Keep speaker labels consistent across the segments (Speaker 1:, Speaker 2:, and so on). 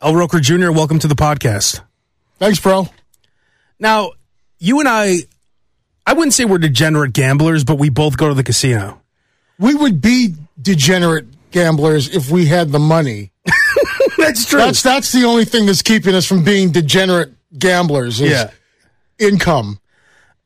Speaker 1: L. Roker Jr., welcome to the podcast.
Speaker 2: Thanks, bro.
Speaker 1: Now, you and I, I wouldn't say we're degenerate gamblers, but we both go to the casino.
Speaker 2: We would be degenerate gamblers if we had the money.
Speaker 1: That's true.
Speaker 2: That's that's the only thing that's keeping us from being degenerate gamblers is
Speaker 1: yeah.
Speaker 2: income.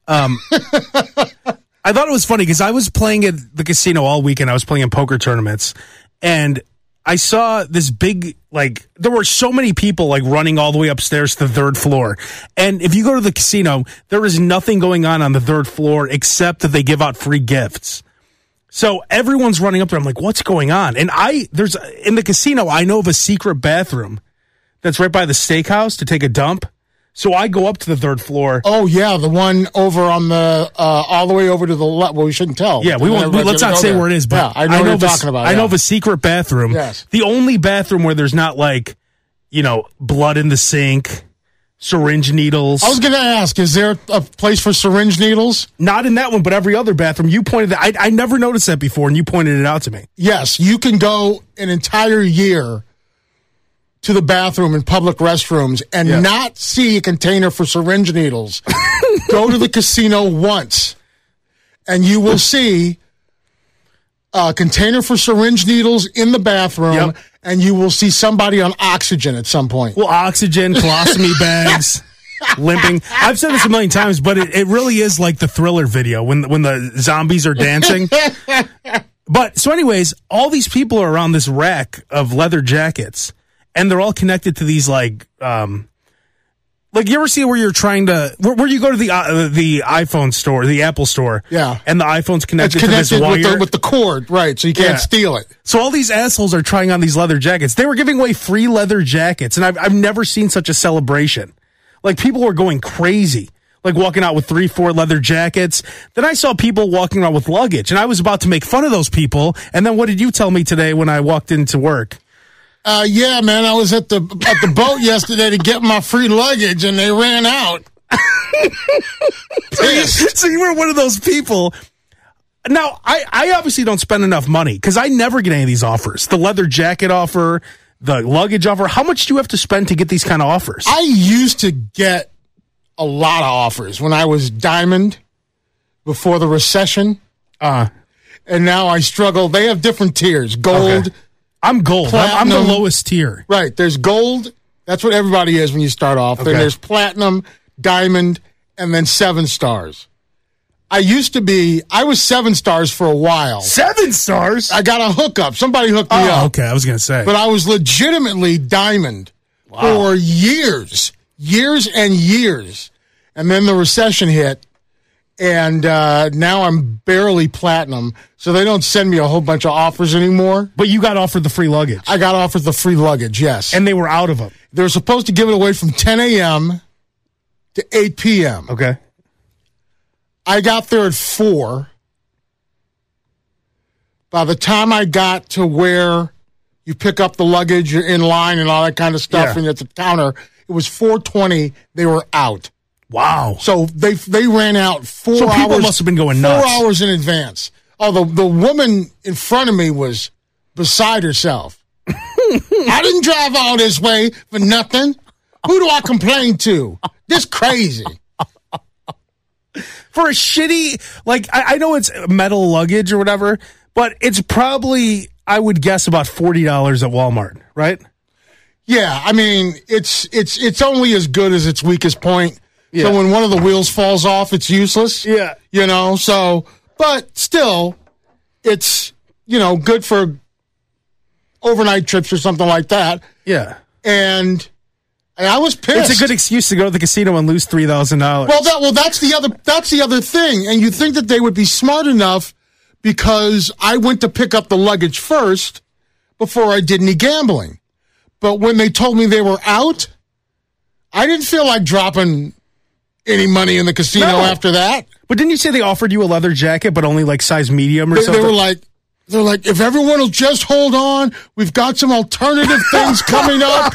Speaker 1: I thought it was funny because I was playing at the casino all weekend. I was playing in poker tournaments and I saw this big, like, there were so many people, like, running all the way upstairs to the third floor. And if you go to the casino, there is nothing going on on the third floor except that they give out free gifts. So everyone's running up there. I'm like, what's going on? And I, there's, in the casino, I know of a secret bathroom that's right by the steakhouse to take a dump. So I go up to the third floor.
Speaker 2: Oh yeah, the one over on the uh, all the way over to the left. Well, we shouldn't tell.
Speaker 1: Yeah, we won't. We,
Speaker 2: Everybody's
Speaker 1: let's
Speaker 2: gonna
Speaker 1: not
Speaker 2: go
Speaker 1: say
Speaker 2: there.
Speaker 1: where it is, but
Speaker 2: yeah, I know, what you're
Speaker 1: of a-
Speaker 2: talking about.
Speaker 1: I know
Speaker 2: yeah.
Speaker 1: of a secret bathroom.
Speaker 2: Yes.
Speaker 1: The only bathroom where there's not like, you know, blood in the sink, syringe needles.
Speaker 2: I was going to ask: Is there a place for syringe needles?
Speaker 1: not in that one, but every other bathroom. You pointed that. I, I never noticed that before, and you pointed it out to me.
Speaker 2: Yes, you can go an entire year to the bathroom in public restrooms and
Speaker 1: Yeah.
Speaker 2: not see a container for syringe needles. go to the casino once, and you will see a container for syringe needles in the bathroom,
Speaker 1: Yep.
Speaker 2: and you will see somebody on oxygen at some point.
Speaker 1: Well, oxygen, colostomy bags, limping. I've said this a million times, but it, it really is like the thriller video when when the zombies are dancing. but so, anyways, all these people are around this rack of leather jackets, and they're all connected to these like. um like you ever see where you're trying to where, where you go to the uh, the iPhone store, the Apple store,
Speaker 2: Yeah.
Speaker 1: and the iPhone's
Speaker 2: It's
Speaker 1: connected, to
Speaker 2: connected
Speaker 1: this wire.
Speaker 2: with the, with the cord, right? So you can't
Speaker 1: Yeah.
Speaker 2: steal it.
Speaker 1: So all these assholes are trying on these leather jackets. They were giving away free leather jackets, and I've I've never seen such a celebration. Like people were going crazy, like walking out with three, four leather jackets. Then I saw people walking around with luggage, and I was about to make fun of those people. And then what did you tell me today when I walked into work?
Speaker 2: Uh, yeah, man, I was at the at the boat yesterday to get my free luggage, and they ran out. Pissed.
Speaker 1: so you were one of those people. Now, I, I obviously don't spend enough money because I never get any of these offers. The leather jacket offer, the luggage offer. How much do you have to spend to get these kind of offers?
Speaker 2: I used to get a lot of offers when I was diamond before the recession,
Speaker 1: Uh,
Speaker 2: and now I struggle. They have different tiers: gold,
Speaker 1: Okay. I'm gold. I'm, I'm the
Speaker 2: Platinum.
Speaker 1: lowest tier.
Speaker 2: right? There's gold. That's what everybody is when you start off. Then
Speaker 1: Okay.
Speaker 2: there's platinum, diamond, and then seven stars. I used to be. I was seven stars for a while.
Speaker 1: Seven stars.
Speaker 2: I got a hookup. Somebody hooked me up.
Speaker 1: oh, okay. I was gonna say.
Speaker 2: but I was legitimately diamond for years, years and years. And then the recession hit, and uh, now I'm barely platinum. So they don't send me a whole bunch of offers anymore.
Speaker 1: but you got offered the free luggage,
Speaker 2: I got offered the free luggage, yes. And
Speaker 1: and they were out of them.
Speaker 2: they're supposed to give it away from 10 a.m. to 8 p.m.
Speaker 1: Okay.
Speaker 2: I got there at 4. By the time I got to where you pick up the luggage, you're in line and all that kind of stuff,
Speaker 1: Yeah.
Speaker 2: and at the counter, it was 4:20. They were out,
Speaker 1: Wow.
Speaker 2: so they they ran out four
Speaker 1: So people
Speaker 2: hours.
Speaker 1: must have been going
Speaker 2: four
Speaker 1: nuts.
Speaker 2: hours in advance. Oh, the the woman in front of me was beside herself. I didn't drive all this way for nothing. Who do I complain to? This crazy.
Speaker 1: For a shitty, like I, I know it's metal luggage or whatever, but it's probably I would guess about forty dollars at Walmart, right?
Speaker 2: Yeah, I mean, it's it's it's only as good as its weakest point.
Speaker 1: Yeah.
Speaker 2: So when one of the wheels falls off, it's useless.
Speaker 1: Yeah.
Speaker 2: You know, so but still it's you know, good for overnight trips or something like that.
Speaker 1: Yeah.
Speaker 2: And, and I was pissed.
Speaker 1: It's a good excuse to go to the casino and lose three thousand dollars.
Speaker 2: Well, that well, that's the other that's the other thing, and you think that they would be smart enough because I went to pick up the luggage first before I did any gambling. But when they told me they were out, I didn't feel like dropping any money in the casino
Speaker 1: No.
Speaker 2: after that.
Speaker 1: but didn't you say they offered you a leather jacket, but only like size medium or
Speaker 2: They, they
Speaker 1: something?
Speaker 2: were like, they're like, if everyone will just hold on, we've got some alternative things coming up.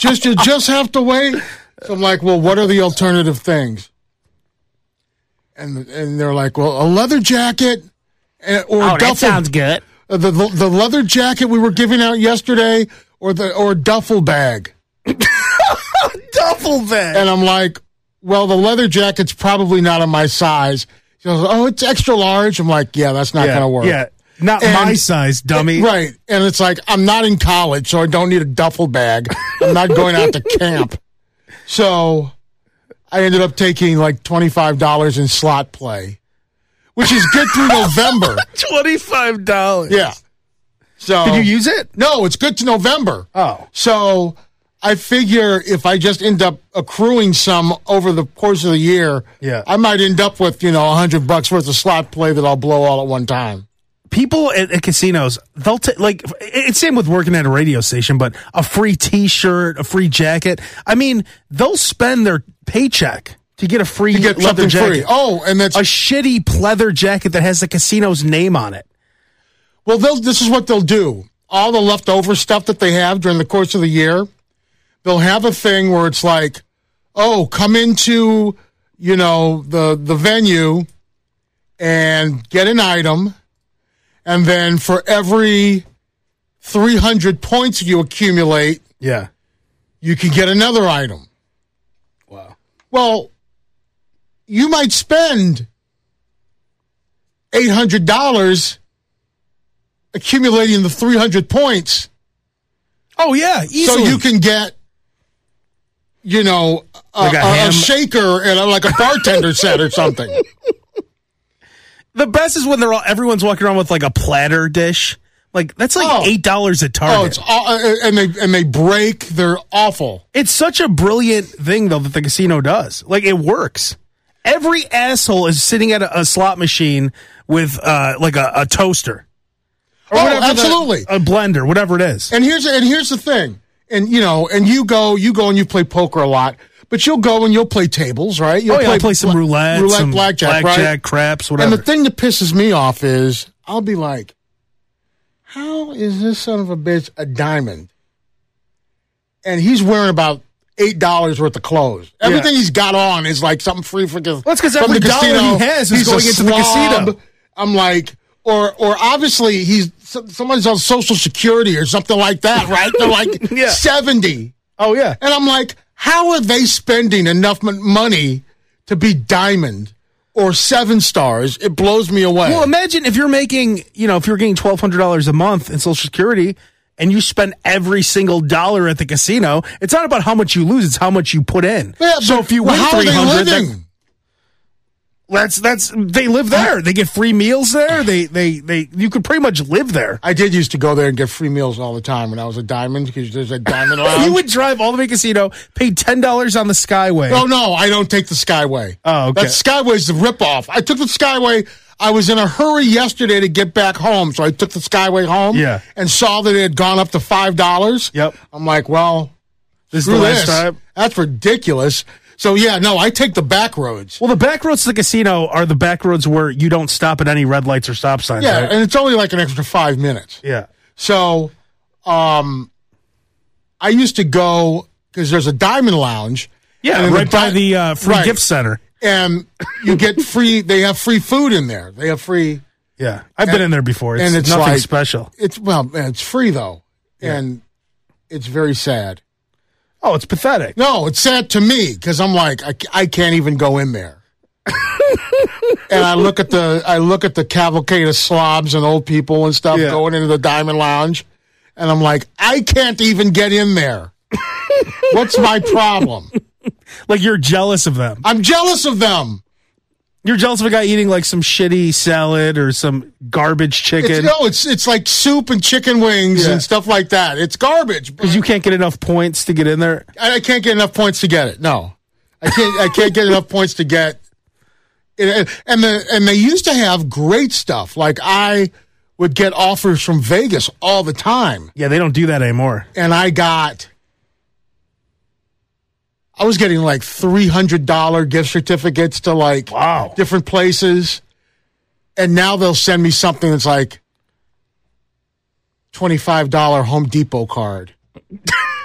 Speaker 2: Just you just have to wait. So I'm like, well, what are the alternative things? And and they're like, well, a leather jacket, and, or
Speaker 3: Oh,
Speaker 2: duffel uh,
Speaker 3: that sounds good.
Speaker 2: the, the the leather jacket we were giving out yesterday, or the or duffel bag.
Speaker 1: Duffel bag.
Speaker 2: And I'm like, well, the leather jacket's probably not on my size. She goes, oh, it's extra large. I'm like, yeah, that's not
Speaker 1: yeah,
Speaker 2: going to work.
Speaker 1: Yeah. Not
Speaker 2: And-
Speaker 1: my size, dummy.
Speaker 2: Right. And it's like, I'm not in college, so I don't need a duffel bag. I'm not going out to camp. So I ended up taking like $25 in slot play, which is good through November.
Speaker 1: $25.
Speaker 2: Yeah. So
Speaker 1: Did you use it?
Speaker 2: No, it's good to November.
Speaker 1: Oh.
Speaker 2: So I figure if I just end up accruing some over the course of the year,
Speaker 1: Yeah.
Speaker 2: I might end up with, you know, a hundred bucks worth of slot play that I'll blow all at one time.
Speaker 1: people at, at casinos they'll t- like it- it's same with working at a radio station but a free t-shirt a free jacket i mean they'll spend their paycheck to get a free
Speaker 2: You get
Speaker 1: leather
Speaker 2: something
Speaker 1: jacket
Speaker 2: free. Oh, and that's
Speaker 1: a shitty leather jacket that has the casino's name on it
Speaker 2: Well, they'll, this is what they'll do. All the leftover stuff that they have during the course of the year, they'll have a thing where it's like, oh, come into, you know, the, the venue and get an item. And then for every 300 points you accumulate,
Speaker 1: yeah
Speaker 2: you can get another item.
Speaker 1: wow
Speaker 2: Well, you might spend $800 accumulating the 300 points.
Speaker 1: oh yeah easily.
Speaker 2: So you can get, you know, a,
Speaker 1: Like a
Speaker 2: a- a
Speaker 1: ham-
Speaker 2: shaker and a, like a bartender set or something.
Speaker 1: the best is when they're all everyone's walking around with like a platter dish like that's like
Speaker 2: Oh.
Speaker 1: eight dollars at target
Speaker 2: Oh, it's all, uh, and they and they break. They're awful.
Speaker 1: It's such a brilliant thing, though, that the casino does. Like, it works. Every asshole is sitting at a, a slot machine with, uh, like, a, a toaster. Or
Speaker 2: Oh,
Speaker 1: whatever the-
Speaker 2: absolutely.
Speaker 1: a blender, whatever it is.
Speaker 2: And here's and here's the thing. And you know, and you go, you go and you play poker a lot, but you'll go and you'll play tables, right? You'll
Speaker 1: oh, yeah, play, play some
Speaker 2: bla-
Speaker 1: roulette,
Speaker 2: roulette,
Speaker 1: some
Speaker 2: blackjack, right?
Speaker 1: craps,
Speaker 2: And
Speaker 1: whatever.
Speaker 2: the thing that pisses me off is I'll be like, how is this son of a bitch a diamond? And he's wearing about eight dollars worth of clothes. Everything he's got on is like something free for well,
Speaker 1: that's 'cause every dollar he has is going into the casino.
Speaker 2: I'm like, or or obviously he's so- somebody's on Social Security or something like that, right? They're like
Speaker 1: Yeah.
Speaker 2: seventy,
Speaker 1: oh, yeah.
Speaker 2: and I'm like, how are they spending enough mon- money to be diamond or seven stars? It blows me away.
Speaker 1: Well, imagine if you're making, you know, if you're getting $1,200 a month in Social Security and you spend every single dollar at the casino, it's not about how much you lose, it's how much you put in.
Speaker 2: Yeah,
Speaker 1: so
Speaker 2: but-
Speaker 1: if you
Speaker 2: but
Speaker 1: win
Speaker 2: how are they
Speaker 1: 300, that-
Speaker 2: living?
Speaker 1: That's that's they live there. They get free meals there. They they they you could pretty much live there.
Speaker 2: I did used to go there and get free meals all the time when I was a diamond because there's a diamond lounge.
Speaker 1: You would drive all the way to the casino, pay ten dollars on the Skyway.
Speaker 2: Oh no, I don't take the Skyway.
Speaker 1: Oh, okay.
Speaker 2: That Skyway's the ripoff. I took the Skyway. I was in a hurry yesterday to get back home, so I took the Skyway home.
Speaker 1: Yeah.
Speaker 2: And saw that it had gone up to five dollars.
Speaker 1: Yep.
Speaker 2: I'm like, well,
Speaker 1: this is the
Speaker 2: screw
Speaker 1: last
Speaker 2: this.
Speaker 1: time.
Speaker 2: That's ridiculous. So yeah, no, I take the back roads.
Speaker 1: Well, the back roads to the casino are the back roads where you don't stop at any red lights or stop signs.
Speaker 2: Yeah,
Speaker 1: right?
Speaker 2: and it's only like an extra five minutes.
Speaker 1: yeah.
Speaker 2: So, um, I used to go because there's a diamond lounge.
Speaker 1: Yeah,
Speaker 2: and in
Speaker 1: right by
Speaker 2: di-
Speaker 1: the uh, free
Speaker 2: Right.
Speaker 1: gift center.
Speaker 2: and you get free. They have free food in there. They have free.
Speaker 1: Yeah, I've been in there before. It's,
Speaker 2: and it's
Speaker 1: nothing
Speaker 2: like-
Speaker 1: special.
Speaker 2: It's well, man, it's free though, and it's very sad.
Speaker 1: Oh, it's pathetic.
Speaker 2: No, it's sad to me because I'm like I, I can't even go in there. and I look at the I look at the cavalcade of slobs and old people and stuff
Speaker 1: Yeah.
Speaker 2: going into the Diamond Lounge, and I'm like I can't even get in there. What's my problem?
Speaker 1: Like you're jealous of them.
Speaker 2: I'm jealous of them.
Speaker 1: You're jealous of a guy eating like some shitty salad or some garbage
Speaker 2: It's,
Speaker 1: chicken
Speaker 2: no, it's it's like soup and chicken wings
Speaker 1: Yeah.
Speaker 2: and stuff like that. It's garbage. but-
Speaker 1: because you can't get enough points to get in there.
Speaker 2: I, I can't get enough points to get it. No, I can't. I can't get enough points to get. It. And the and they used to have great stuff. Like I would get offers from Vegas all the time,
Speaker 1: Yeah, they don't do that anymore.
Speaker 2: and I got. I was getting like three hundred dollar gift certificates to like
Speaker 1: Wow.
Speaker 2: different places, and now they'll send me something that's like twenty five dollar Home Depot card,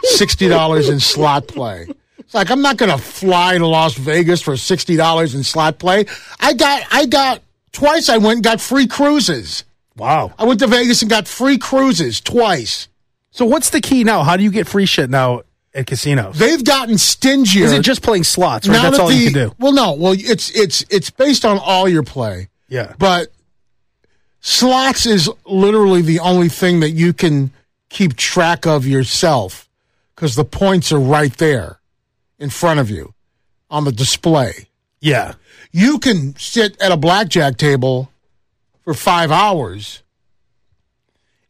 Speaker 2: sixty dollars in slot play. It's like I'm not gonna fly to Las Vegas for sixty dollars in slot play. I got I got twice. I went and got free cruises.
Speaker 1: Wow.
Speaker 2: I went to Vegas and got free cruises twice.
Speaker 1: So what's the key now? How do you get free shit now at casinos.
Speaker 2: They've gotten stingier.
Speaker 1: Is it just playing slots? Right?
Speaker 2: now
Speaker 1: That's
Speaker 2: that
Speaker 1: all
Speaker 2: the,
Speaker 1: you can do.
Speaker 2: Well, no. Well, it's it's it's based on all your play,
Speaker 1: Yeah.
Speaker 2: but slots is literally the only thing that you can keep track of yourself because the points are right there in front of you on the display.
Speaker 1: yeah.
Speaker 2: You can sit at a blackjack table for five hours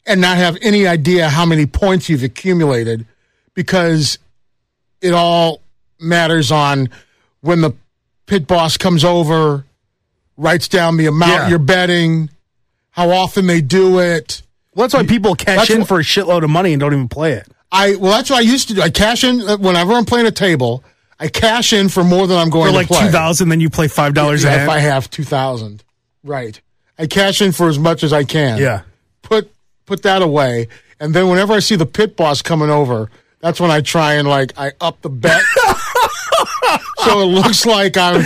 Speaker 2: and not have any idea how many points you've accumulated because it all matters on when the pit boss comes over, writes down the amount
Speaker 1: Yeah.
Speaker 2: you're betting, how often they do it.
Speaker 1: Well, that's why people cash
Speaker 2: That's
Speaker 1: in
Speaker 2: wh-
Speaker 1: for a shitload of money and don't even play it.
Speaker 2: I well, that's what I used to do. I cash in uh, whenever I'm playing a table. I cash in for more than I'm going
Speaker 1: For
Speaker 2: to
Speaker 1: like
Speaker 2: play.
Speaker 1: two thousand, then you play five dollars
Speaker 2: Yeah,
Speaker 1: a
Speaker 2: if I
Speaker 1: hand.
Speaker 2: have two thousand, right? I cash in for as much as I can.
Speaker 1: Yeah.
Speaker 2: Put put that away, and then whenever I see the pit boss coming over, that's when I try and like I up the bet, so it looks like I'm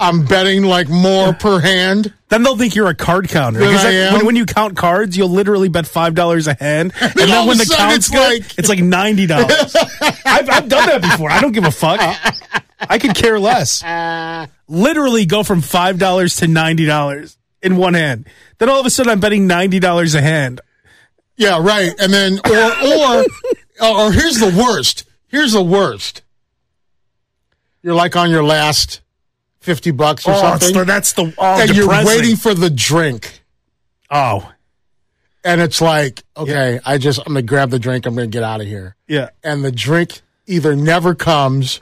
Speaker 2: I'm betting like more per hand.
Speaker 1: Then they'll think you're a card counter.
Speaker 2: Then
Speaker 1: 'Cause
Speaker 2: I
Speaker 1: that-
Speaker 2: am.
Speaker 1: When, when you count cards, you'll literally bet five dollars a hand, and then,
Speaker 2: all
Speaker 1: when
Speaker 2: of
Speaker 1: the
Speaker 2: a sudden
Speaker 1: count's
Speaker 2: it's
Speaker 1: good,
Speaker 2: like-
Speaker 1: it's like ninety dollars. I've, I've done that before. I don't give a fuck. I could care less.
Speaker 2: Uh.
Speaker 1: Literally go from five dollars to ninety dollars in one hand. Then all of a sudden, I'm betting ninety dollars a hand.
Speaker 2: Yeah, right. And then or or or here's the worst. Here's the worst. You're like on your last fifty bucks or
Speaker 1: Oh, it's
Speaker 2: something,
Speaker 1: the- that's the oh,
Speaker 2: and you're
Speaker 1: depressing.
Speaker 2: waiting for the drink.
Speaker 1: Oh,
Speaker 2: And it's like, okay, I just I'm gonna grab the drink. I'm gonna get out of here.
Speaker 1: yeah.
Speaker 2: And the drink either never comes,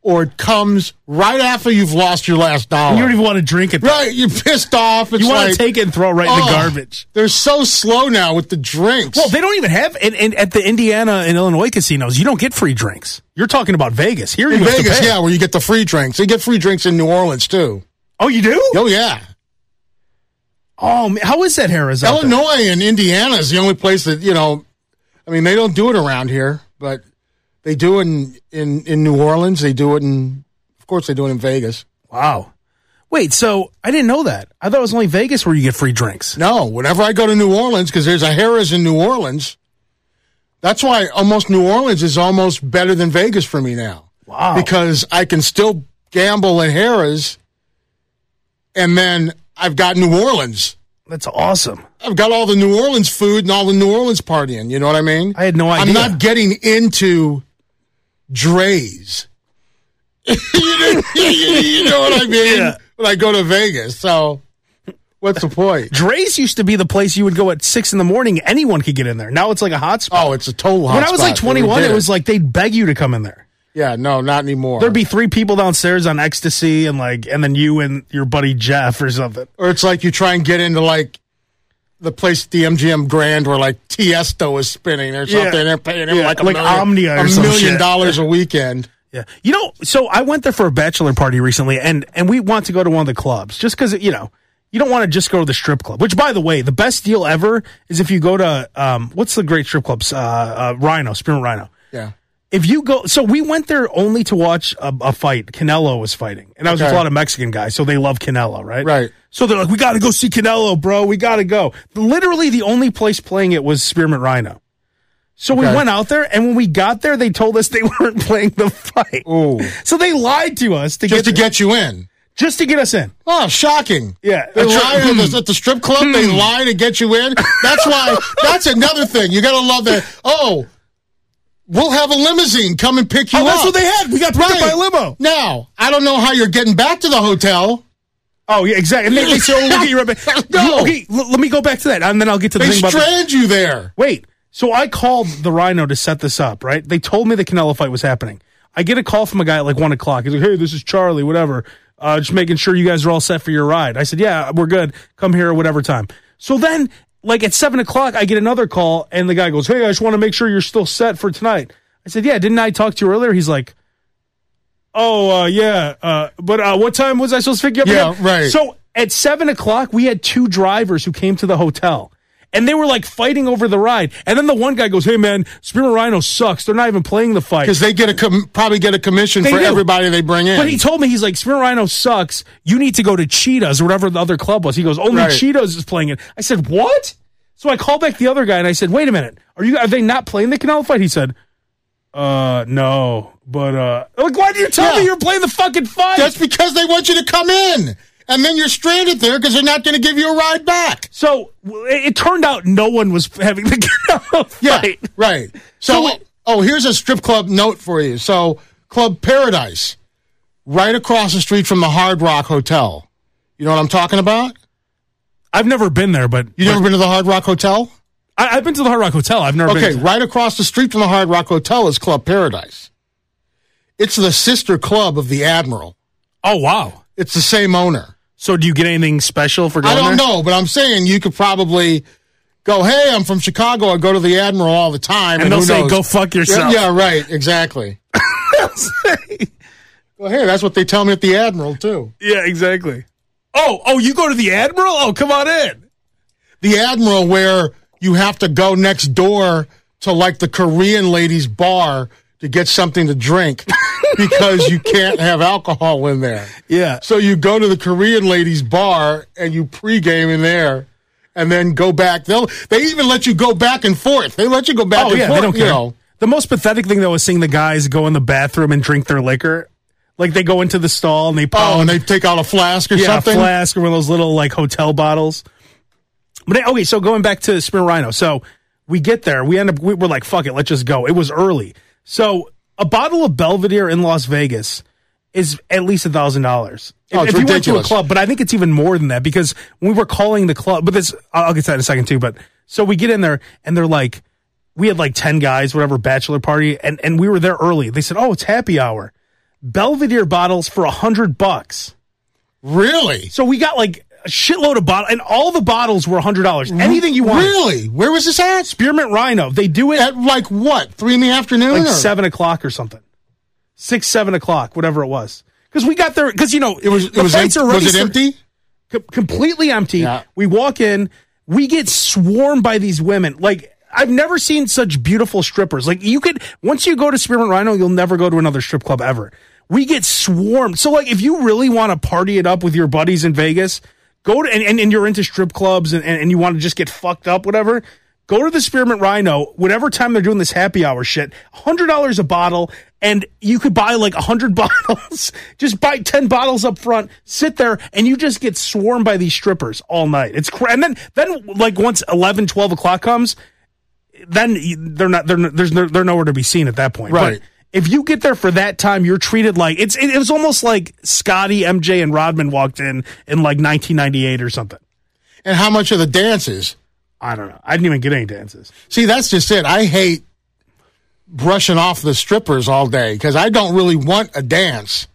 Speaker 2: or it comes right after you've lost your last dollar.
Speaker 1: You don't even want to drink it.
Speaker 2: right? You're pissed off. It's
Speaker 1: You want
Speaker 2: like
Speaker 1: to take it and throw it right in
Speaker 2: oh,
Speaker 1: the garbage.
Speaker 2: They're so slow now with the drinks.
Speaker 1: Well, Oh, they don't even have and, and at the Indiana and Illinois casinos, you don't get free drinks. You're talking about Vegas. Here you
Speaker 2: in
Speaker 1: have to
Speaker 2: Vegas,
Speaker 1: pay.
Speaker 2: yeah, where you get the free drinks. They get free drinks in New Orleans too.
Speaker 1: Oh, you do?
Speaker 2: Oh yeah,
Speaker 1: Oh, man. how is that Harris? out there?
Speaker 2: Illinois and Indiana is the only place that you know. I mean, they don't do it around here, but they do it in in, in New Orleans. They do it in, of course, they do it in Vegas.
Speaker 1: Wow. Wait, so I didn't know that. I thought it was only Vegas where you get free drinks.
Speaker 2: No, whenever I go to New Orleans, because there's a Harrah's in New Orleans. That's why almost New Orleans is almost better than Vegas for me now.
Speaker 1: Wow.
Speaker 2: Because I can still gamble in Harrah's, and then I've got New Orleans.
Speaker 1: That's awesome.
Speaker 2: I've got all the New Orleans food and all the New Orleans partying. You know what I mean?
Speaker 1: I had no
Speaker 2: I'm
Speaker 1: idea.
Speaker 2: not getting into Dre's. you, know, you know what I mean?
Speaker 1: Yeah.
Speaker 2: When I go to Vegas, so what's the point?
Speaker 1: Dre's used to be the place you would go at six in the morning. Anyone could get in there. Now it's like a hot spot.
Speaker 2: Oh, it's a total.
Speaker 1: when
Speaker 2: hotspot.
Speaker 1: I was like
Speaker 2: They
Speaker 1: 21,
Speaker 2: did
Speaker 1: it was like they'd beg you to come in there.
Speaker 2: yeah, no, not anymore.
Speaker 1: There'd be three people downstairs on ecstasy and like, and then you and your buddy Jeff or something.
Speaker 2: or it's like you try and get into like the place, the MGM Grand, where like Tiesto is spinning or
Speaker 1: Yeah.
Speaker 2: something. They're paying him
Speaker 1: Yeah,
Speaker 2: like a
Speaker 1: like
Speaker 2: million,
Speaker 1: Omnia or
Speaker 2: a
Speaker 1: some
Speaker 2: million
Speaker 1: shit.
Speaker 2: dollars a weekend.
Speaker 1: Yeah. You know, so I went there for a bachelor party recently and and we want to go to one of the clubs just cuz you know, you don't want to just go to the strip club. Which by the way, the best deal ever is if you go to um what's the great strip clubs? Uh, uh Rhino, Spearmint Rhino.
Speaker 2: Yeah,
Speaker 1: If you go so we went there only to watch a, a fight. Canelo was fighting. And I was with
Speaker 2: Okay.
Speaker 1: a lot of Mexican guys, so they love Canelo, right?
Speaker 2: Right.
Speaker 1: So they're like, "We got to go see Canelo, bro. We got to go." Literally the only place playing it was Spearmint Rhino. So we
Speaker 2: Okay.
Speaker 1: went out there, and when we got there, they told us they weren't playing the fight.
Speaker 2: Ooh.
Speaker 1: So they lied to us to
Speaker 2: just
Speaker 1: get,
Speaker 2: to get you in.
Speaker 1: just to get us in.
Speaker 2: Oh, shocking!
Speaker 1: Yeah.
Speaker 2: they
Speaker 1: That's
Speaker 2: lie
Speaker 1: right. Hmm.
Speaker 2: at, the, at the strip club. They lie to get you in. That's why. that's another thing. You gotta love that. Oh, we'll have a limousine come and pick you
Speaker 1: Oh,
Speaker 2: up.
Speaker 1: that's what they had. We got picked up by a limo.
Speaker 2: Now, I don't know how you're getting back to the hotel.
Speaker 1: Oh yeah, exactly. And they, they said, "Oh, look at you, right back."
Speaker 2: No.
Speaker 1: You- okay, l- let me go back to that, and then I'll get to the
Speaker 2: They
Speaker 1: thing about the-
Speaker 2: strand you there.
Speaker 1: Wait. So I called the Rhino to set this up, right? They told me the Canelo fight was happening. I get a call from a guy at like one o'clock. He's like, "Hey, this is Charlie. Whatever. Uh, just making sure you guys are all set for your ride." I said, "Yeah, we're good. Come here at whatever time." So then, like at seven o'clock, I get another call, and the guy goes, "Hey, I just want to make sure you're still set for tonight." I said, "Yeah, didn't I talk to you earlier?" He's like, "Oh, uh, yeah, uh, but uh, what time was I supposed to pick you up?"
Speaker 2: Yeah,
Speaker 1: again?
Speaker 2: right.
Speaker 1: So so at seven o'clock, we had two drivers who came to the hotel. And they were like fighting over the ride. And then the one guy goes, Hey man, Spearman Rhino sucks. They're not even playing the fight.
Speaker 2: Because they get a com- probably get a commission
Speaker 1: They
Speaker 2: for
Speaker 1: do.
Speaker 2: everybody they bring in.
Speaker 1: But he told me he's like Spearman Rhino sucks. You need to go to Cheetahs or whatever the other club was. He goes, only
Speaker 2: Right.
Speaker 1: Cheetahs is playing it. I said, what? So I called back the other guy and I said, wait a minute, are you are they not playing the Canelo fight? He said, Uh, no, but uh, like, why do you tell
Speaker 2: Yeah.
Speaker 1: me you're playing the fucking fight?
Speaker 2: That's because they want you to come in, and then you're stranded there because they're not going to give you a ride back.
Speaker 1: so w- it, it turned out no one was having the karaoke
Speaker 2: Yeah,
Speaker 1: fight.
Speaker 2: right. So,
Speaker 1: So it-
Speaker 2: oh, here's a strip club note for you. So, Club Paradise, right across the street from the Hard Rock Hotel. You know what I'm talking about?
Speaker 1: I've never been there, but
Speaker 2: You never been to the Hard Rock Hotel?
Speaker 1: I, I've been to the Hard Rock Hotel. I've never
Speaker 2: Okay,
Speaker 1: been.
Speaker 2: right across the street from the Hard Rock Hotel is Club Paradise. It's the sister club of the Admiral.
Speaker 1: Oh wow.
Speaker 2: It's the same owner.
Speaker 1: So do you get anything special for
Speaker 2: I
Speaker 1: going
Speaker 2: don't
Speaker 1: there?
Speaker 2: know, but I'm saying you could probably go, hey, I'm from Chicago. I go to the Admiral all the time.
Speaker 1: And they'll
Speaker 2: who
Speaker 1: say,
Speaker 2: knows?
Speaker 1: "Go fuck
Speaker 2: Yeah,
Speaker 1: yourself."
Speaker 2: yeah, right. Exactly. well, hey, that's what they tell me at the Admiral, too.
Speaker 1: Yeah, exactly. Oh, oh, you go to the Admiral? Oh, come on in.
Speaker 2: The Admiral, where you have to go next door to like the Korean ladies' bar to get something to drink because you can't have alcohol in there.
Speaker 1: Yeah.
Speaker 2: So you go to the Korean ladies' bar and you pregame in there. And then go back. They'll they even let you go back and forth. They let you go back
Speaker 1: Oh
Speaker 2: and
Speaker 1: yeah,
Speaker 2: forth.
Speaker 1: they don't care.
Speaker 2: You know,
Speaker 1: The most pathetic thing though was seeing the guys go in the bathroom and drink their liquor. Like they go into the stall and they
Speaker 2: oh,
Speaker 1: pound
Speaker 2: and they take out a flask or
Speaker 1: yeah,
Speaker 2: something.
Speaker 1: a flask or one of those little like hotel bottles. But eh, okay, so going back to Spin Rhino, so we get there, we end up we, we're like, fuck it, let's just go. It was early, so a bottle of Belvedere in Las Vegas is at least a thousand dollars. If,
Speaker 2: Oh, it's
Speaker 1: if you went to a
Speaker 2: ridiculous.
Speaker 1: club, but I think it's even more than that because we were calling the club. But this, I'll I'll get to that in a second too. But so we get in there and they're like, we had like ten guys, whatever bachelor party, and and we were there early. They said, oh, it's happy hour, Belvedere bottles for a hundred bucks.
Speaker 2: Really?
Speaker 1: So we got like a shitload of bottles, and all the bottles were hundred dollars. Anything you want.
Speaker 2: Really? Where was this at?
Speaker 1: Spearmint Rhino. They do it
Speaker 2: At like what? Three in the afternoon?
Speaker 1: like
Speaker 2: or-
Speaker 1: seven o'clock or something, six seven o'clock, whatever it was. Because we got there, because you know
Speaker 2: It was. It
Speaker 1: the
Speaker 2: was,
Speaker 1: fights
Speaker 2: em-
Speaker 1: already
Speaker 2: was it
Speaker 1: started-
Speaker 2: empty?
Speaker 1: com- completely empty.
Speaker 2: Yeah.
Speaker 1: We walk in, we get swarmed by these women. Like I've never seen such beautiful strippers. Like you could once you go to Spearmint Rhino, you'll never go to another strip club ever. We get swarmed. So like if you really want to party it up with your buddies in Vegas, go to and, and, and you're into strip clubs and, and, and you want to just get fucked up, whatever. Go to the Spearmint Rhino, whatever time they're doing this happy hour shit, $100 a bottle, and you could buy like 100 bottles. just buy 10 bottles up front, sit there, and you just get swarmed by these strippers all night. It's cra- And then, then like once 11, 12 o'clock comes, then you- they're not, they're, no- there's no, they're nowhere to be seen at that point.
Speaker 2: Right.
Speaker 1: But if you get there for that time, you're treated like it's, it, it was almost like Scotty, MJ, and Rodman walked in in like 1998 or something.
Speaker 2: And how much of the dances?
Speaker 1: I don't know. I didn't even get any dances.
Speaker 2: See, that's just it. I hate brushing off the strippers all day because I don't really want a dance.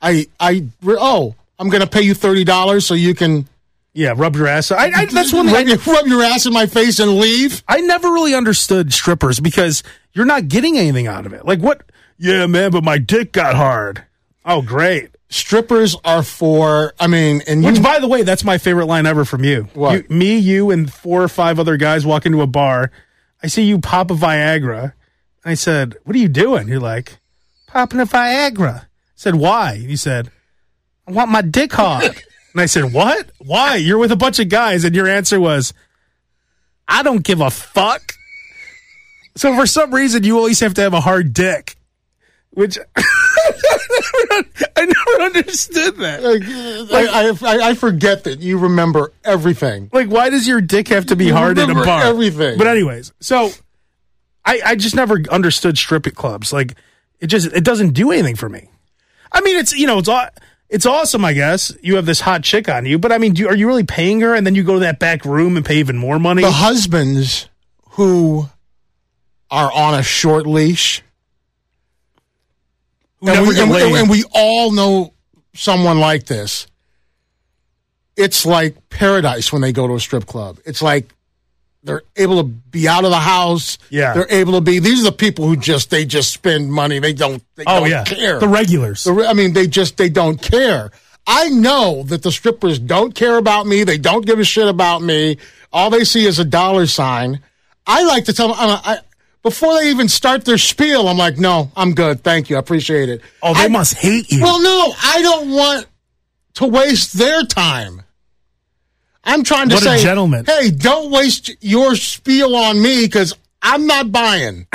Speaker 2: I I re- oh, I'm gonna pay you thirty dollars so you can
Speaker 1: Yeah, rub your ass. I, I that's one
Speaker 2: rub,
Speaker 1: thing.
Speaker 2: your- rub your ass in my face and leave.
Speaker 1: I never really understood strippers because you're not getting anything out of it. Like what? Yeah, man, but my dick got hard. Oh, great.
Speaker 2: Strippers are for. I mean, and you
Speaker 1: Which, by the way, that's my favorite line ever from you.
Speaker 2: What?
Speaker 1: You- me, you, and four or five other guys walk into a bar. I see you pop a Viagra. And I said, "What are you doing?" You're like, "Popping a Viagra." I said, "Why?" And you said, "I want my dick hard." and I said, "What? Why? You're with a bunch of guys." And your answer was, "I don't give a fuck." So for some reason, you always have to have a hard dick, which I never understood that.
Speaker 2: I, I, I I forget that you remember everything.
Speaker 1: Like, why does your dick have to be hard in a
Speaker 2: remember
Speaker 1: bar?
Speaker 2: everything.
Speaker 1: But anyways, so I I just never understood stripping clubs. Like, it just it doesn't do anything for me. I mean, it's you know it's aw- it's awesome, I guess. You have this hot chick on you, but I mean, do, are you really paying her? And then you go to that back room and pay even more money.
Speaker 2: the husbands who are on a short leash.
Speaker 1: Who never
Speaker 2: we,
Speaker 1: get
Speaker 2: and, we-
Speaker 1: laid.
Speaker 2: and we all know someone like this. It's like paradise when they go to a strip club. It's like they're able to be out of the house.
Speaker 1: Yeah.
Speaker 2: They're able to be these are the people who just they just spend money. They don't they
Speaker 1: oh
Speaker 2: don't
Speaker 1: yeah,
Speaker 2: care.
Speaker 1: the regulars.
Speaker 2: The re- I mean, they just they don't care. I know that the strippers don't care about me. They don't give a shit about me. All they see is a dollar sign. I like to tell them I'm a, I, before they even start their spiel. I'm like, no, I'm good. Thank you. I appreciate it.
Speaker 1: oh, they
Speaker 2: I-
Speaker 1: must hate you.
Speaker 2: Well, no, I don't want to waste their time. I'm trying to
Speaker 1: What a
Speaker 2: say,
Speaker 1: gentleman.
Speaker 2: Hey, don't waste your spiel on me because I'm not buying.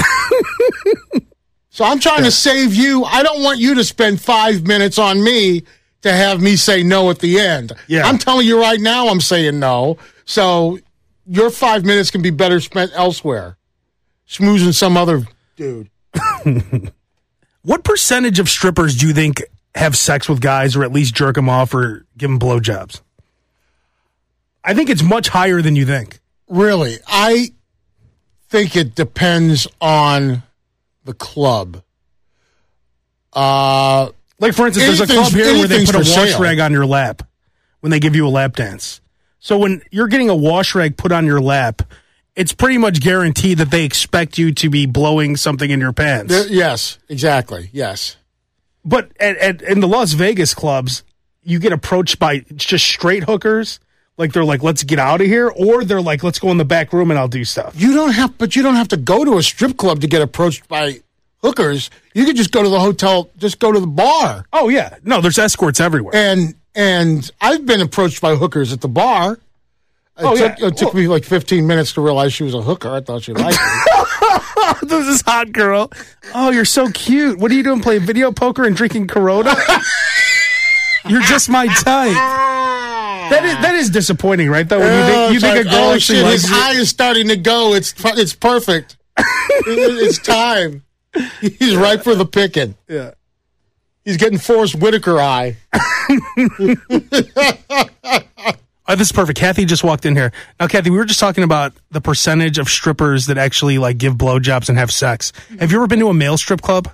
Speaker 2: So I'm trying to save you. I don't want you to spend five minutes on me to have me say no at the end.
Speaker 1: Yeah.
Speaker 2: I'm telling you right now, I'm saying no. So your five minutes can be better spent elsewhere, schmoozing some other dude.
Speaker 1: What percentage of strippers do you think have sex with guys or at least jerk them off or give them blowjobs? I think it's much higher than you think.
Speaker 2: Really, I think it depends on the club. Uh,
Speaker 1: Like, for instance, there's a club
Speaker 2: Anything's-
Speaker 1: here where they
Speaker 2: anything's
Speaker 1: put a
Speaker 2: for
Speaker 1: wash
Speaker 2: sale.
Speaker 1: rag on your lap when they give you a lap dance. So when you're getting a wash rag put on your lap, it's pretty much guaranteed that they expect you to be blowing something in your pants.
Speaker 2: there- yes, exactly. Yes.
Speaker 1: But at, at in the Las Vegas clubs, you get approached by just straight hookers. Like they're like, let's get out of here, or they're like, let's go in the back room and I'll do stuff.
Speaker 2: You don't have, but you don't have to go to a strip club to get approached by hookers. You could just go to the hotel, just go to the bar,
Speaker 1: Oh yeah, no, there's escorts everywhere.
Speaker 2: and and I've been approached by hookers at the bar. It
Speaker 1: Oh,
Speaker 2: took,
Speaker 1: yeah.
Speaker 2: It took me like 15 minutes to realize she was a hooker. I thought she liked me.
Speaker 1: There's this hot girl. Oh, you're so cute. What are you doing? Playing video poker and drinking Corona? you're just my type. That is that is disappointing, right? Though when you think, you
Speaker 2: It's
Speaker 1: think
Speaker 2: like,
Speaker 1: a girl
Speaker 2: oh,
Speaker 1: actually
Speaker 2: shit,
Speaker 1: likes
Speaker 2: his
Speaker 1: you.
Speaker 2: eye is starting to go. It's fu- it's perfect. It- it- it's time. He's ripe for the picking.
Speaker 1: Yeah.
Speaker 2: He's getting Forrest Whitaker eye.
Speaker 1: Oh, this is perfect. Kathy just walked in here. Now, Kathy, we were just talking about the percentage of strippers that actually like give blowjobs and have sex. Have you ever been to a male strip club?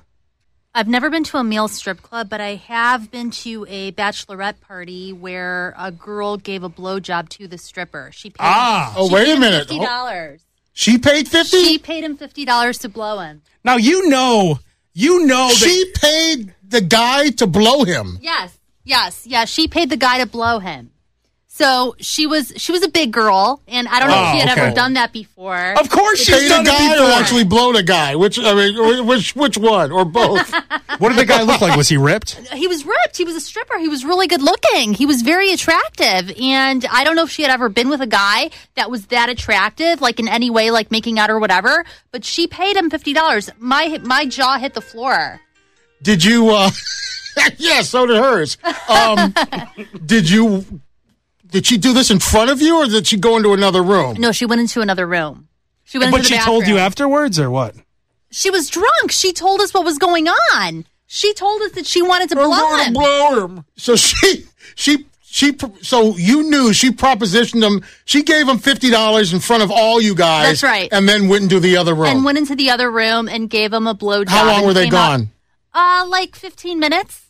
Speaker 3: I've never been to a male strip club, but I have been to a bachelorette party where a girl gave a blowjob to the stripper. She paid
Speaker 1: Ah.
Speaker 3: she
Speaker 2: Oh, wait
Speaker 3: paid
Speaker 2: a
Speaker 3: him
Speaker 2: minute.
Speaker 3: fifty dollars.
Speaker 2: She paid 50?
Speaker 3: She paid him fifty dollars to blow him.
Speaker 1: Now you know, you know that
Speaker 2: Oh, she paid the guy to blow him.
Speaker 3: Yes, yes, yeah. She paid the guy to blow him. So she was she was a big girl, and I don't know if
Speaker 1: Oh,
Speaker 3: she had
Speaker 1: okay.
Speaker 3: ever done that before.
Speaker 1: of course she's
Speaker 2: Paid a
Speaker 1: done
Speaker 2: guy
Speaker 1: it
Speaker 2: or
Speaker 1: before.
Speaker 2: actually blow the guy? Which I mean, which which one or both?
Speaker 1: What did the guy look like? Was he ripped?
Speaker 3: he was ripped. He was a stripper. He was really good looking. He was very attractive. And I don't know if she had ever been with a guy that was that attractive, like in any way, like making out or whatever. But she paid him fifty dollars. My my jaw hit the floor.
Speaker 2: did you? uh Yeah, so did hers. Um, did you? Did she do this in front of you, or did she go into another room?
Speaker 3: No, she went into another room. She went
Speaker 1: But
Speaker 3: into the
Speaker 1: she told you
Speaker 3: bathroom.
Speaker 1: afterwards, or what?
Speaker 3: she was drunk. She told us what was going on. She told us that she wanted to blow him.
Speaker 2: blow him. So she she she. pro- So you knew she propositioned him. She gave him fifty dollars in front of all you guys.
Speaker 3: That's right.
Speaker 2: And then went into the other room.
Speaker 3: And went into the other room and gave him a blowjob.
Speaker 2: How long
Speaker 3: and
Speaker 2: were they
Speaker 3: came out-
Speaker 2: gone?
Speaker 3: uh, like fifteen minutes.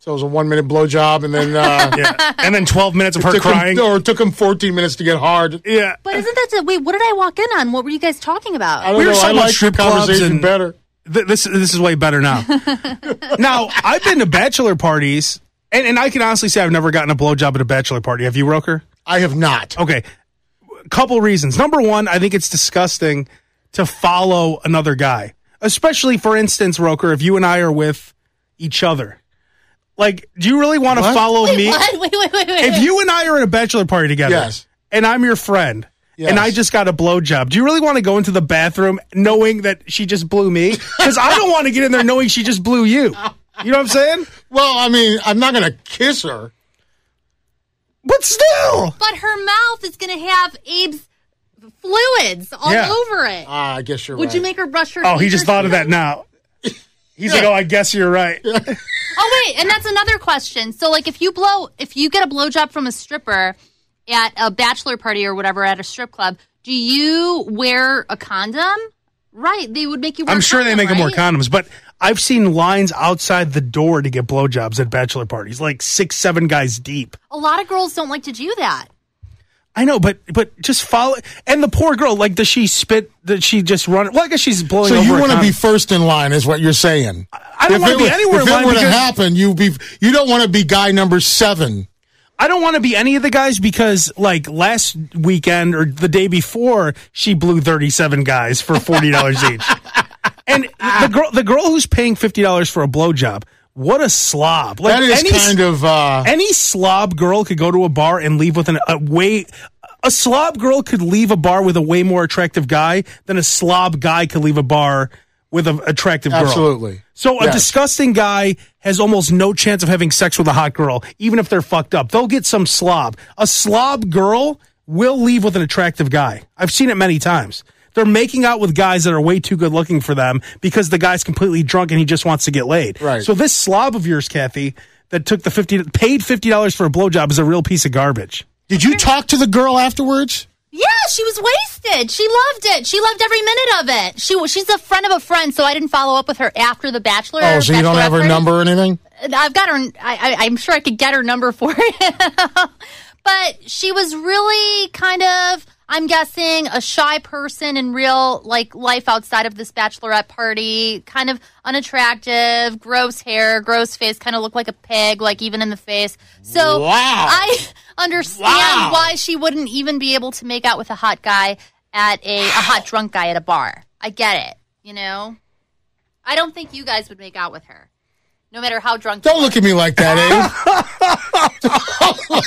Speaker 2: So it was a one minute blowjob, and then. Uh,
Speaker 1: Yeah. And then 12 minutes of her
Speaker 2: took
Speaker 1: crying.
Speaker 2: Him, or it took him 14 minutes to get hard.
Speaker 1: Yeah.
Speaker 3: But isn't that wait? What did I walk in on? What were you guys talking about?
Speaker 2: I don't
Speaker 1: We were
Speaker 2: know. I
Speaker 1: talking about
Speaker 2: like
Speaker 1: strip
Speaker 2: strip
Speaker 1: clubs
Speaker 2: conversation
Speaker 1: and-
Speaker 2: better.
Speaker 1: Th- this this is way better now. now I've been to bachelor parties, and, and I can honestly say I've never gotten a blowjob at a bachelor party. Have you, Roker?
Speaker 2: I have not.
Speaker 1: Okay, couple reasons. Number one, I think it's disgusting to follow another guy, especially for instance, Roker. If you and I are with each other, like, do you really want to
Speaker 2: What?
Speaker 1: follow me?
Speaker 3: What? Wait, wait, wait, wait.
Speaker 1: If
Speaker 3: wait.
Speaker 1: you and I are at a bachelor party together,
Speaker 2: Yes.
Speaker 1: and I'm your friend, and
Speaker 2: Yes.
Speaker 1: I just got a blowjob, do you really want to go into the bathroom knowing that she just blew me? Because I don't want to get in there knowing she just blew you. You know what I'm saying?
Speaker 2: Well, I mean, I'm not going to kiss her.
Speaker 1: But still,
Speaker 3: but her mouth is going to have Abe's fluids all
Speaker 1: Yeah.
Speaker 3: over it.
Speaker 2: Ah, I guess you're
Speaker 3: Would
Speaker 2: right.
Speaker 3: you make her brush her?
Speaker 1: oh, he
Speaker 3: teeth
Speaker 1: just
Speaker 3: or
Speaker 1: thought of that
Speaker 3: something?
Speaker 1: now. He's like, oh, I guess you're right.
Speaker 3: Oh wait, and that's another question. So like, if you blow, if you get a blowjob from a stripper at a bachelor party or whatever at a strip club, do you wear a condom? Right, they would make you. Wear
Speaker 1: I'm
Speaker 3: a
Speaker 1: sure they
Speaker 3: condom,
Speaker 1: make them wear
Speaker 3: right?
Speaker 1: condoms, but I've seen lines outside the door to get blowjobs at bachelor parties, like six, seven guys deep.
Speaker 3: A lot of girls don't like to do that.
Speaker 1: I know, but but just follow. And the poor girl, like, does she spit? Does she just run? Well, I guess she's blowing.
Speaker 2: so
Speaker 1: over
Speaker 2: you
Speaker 1: a
Speaker 2: want to
Speaker 1: condom.
Speaker 2: be first in line, is what you're saying?
Speaker 1: I don't
Speaker 2: If
Speaker 1: want
Speaker 2: it
Speaker 1: to be
Speaker 2: were-
Speaker 1: anywhere.
Speaker 2: If
Speaker 1: Lon,
Speaker 2: it were to
Speaker 1: because
Speaker 2: happen, you be you don't want to be guy number seven.
Speaker 1: I don't want to be any of the guys because, like last weekend or the day before, she blew thirty-seven guys for forty dollars each. And the girl, the girl who's paying fifty dollars for a blowjob, what a slob! Like
Speaker 2: That is
Speaker 1: any,
Speaker 2: kind of. Uh,
Speaker 1: any slob girl could go to a bar and leave with an, a way. A slob girl could leave a bar with a way more attractive guy than a slob guy could leave a bar with an attractive girl.
Speaker 2: Absolutely.
Speaker 1: So a
Speaker 2: Yes.
Speaker 1: disgusting guy has almost no chance of having sex with a hot girl, even if they're fucked up. They'll get some slob. A slob girl will leave with an attractive guy. I've seen it many times. They're making out with guys that are way too good looking for them because the guy's completely drunk and he just wants to get laid.
Speaker 2: Right.
Speaker 1: So this slob of yours, Kathy, that took the fifty paid fifty dollars for a blowjob is a real piece of garbage.
Speaker 2: Did you talk to the girl afterwards?
Speaker 3: Yeah, she was wasted. She loved it. She loved every minute of it. She was- she's a friend of a friend, so I didn't follow up with her after the Bachelor.
Speaker 2: Oh, so you don't
Speaker 3: Bachelorette
Speaker 2: have her
Speaker 3: party.
Speaker 2: number or anything?
Speaker 3: I've got her. I, I, I'm sure I could get her number for it. but she was really kind of, I'm guessing, a shy person in real like life outside of this bachelorette party. Kind of unattractive, gross hair, gross face, kind of looked like a pig, like even in the face. So
Speaker 2: Wow.
Speaker 3: I understand
Speaker 2: Wow.
Speaker 3: why she wouldn't even be able to make out with a hot guy at a, a hot drunk guy at a bar. I get it. You know, I don't think you guys would make out with her. No matter how drunk you
Speaker 2: Don't look at me like that, Abe.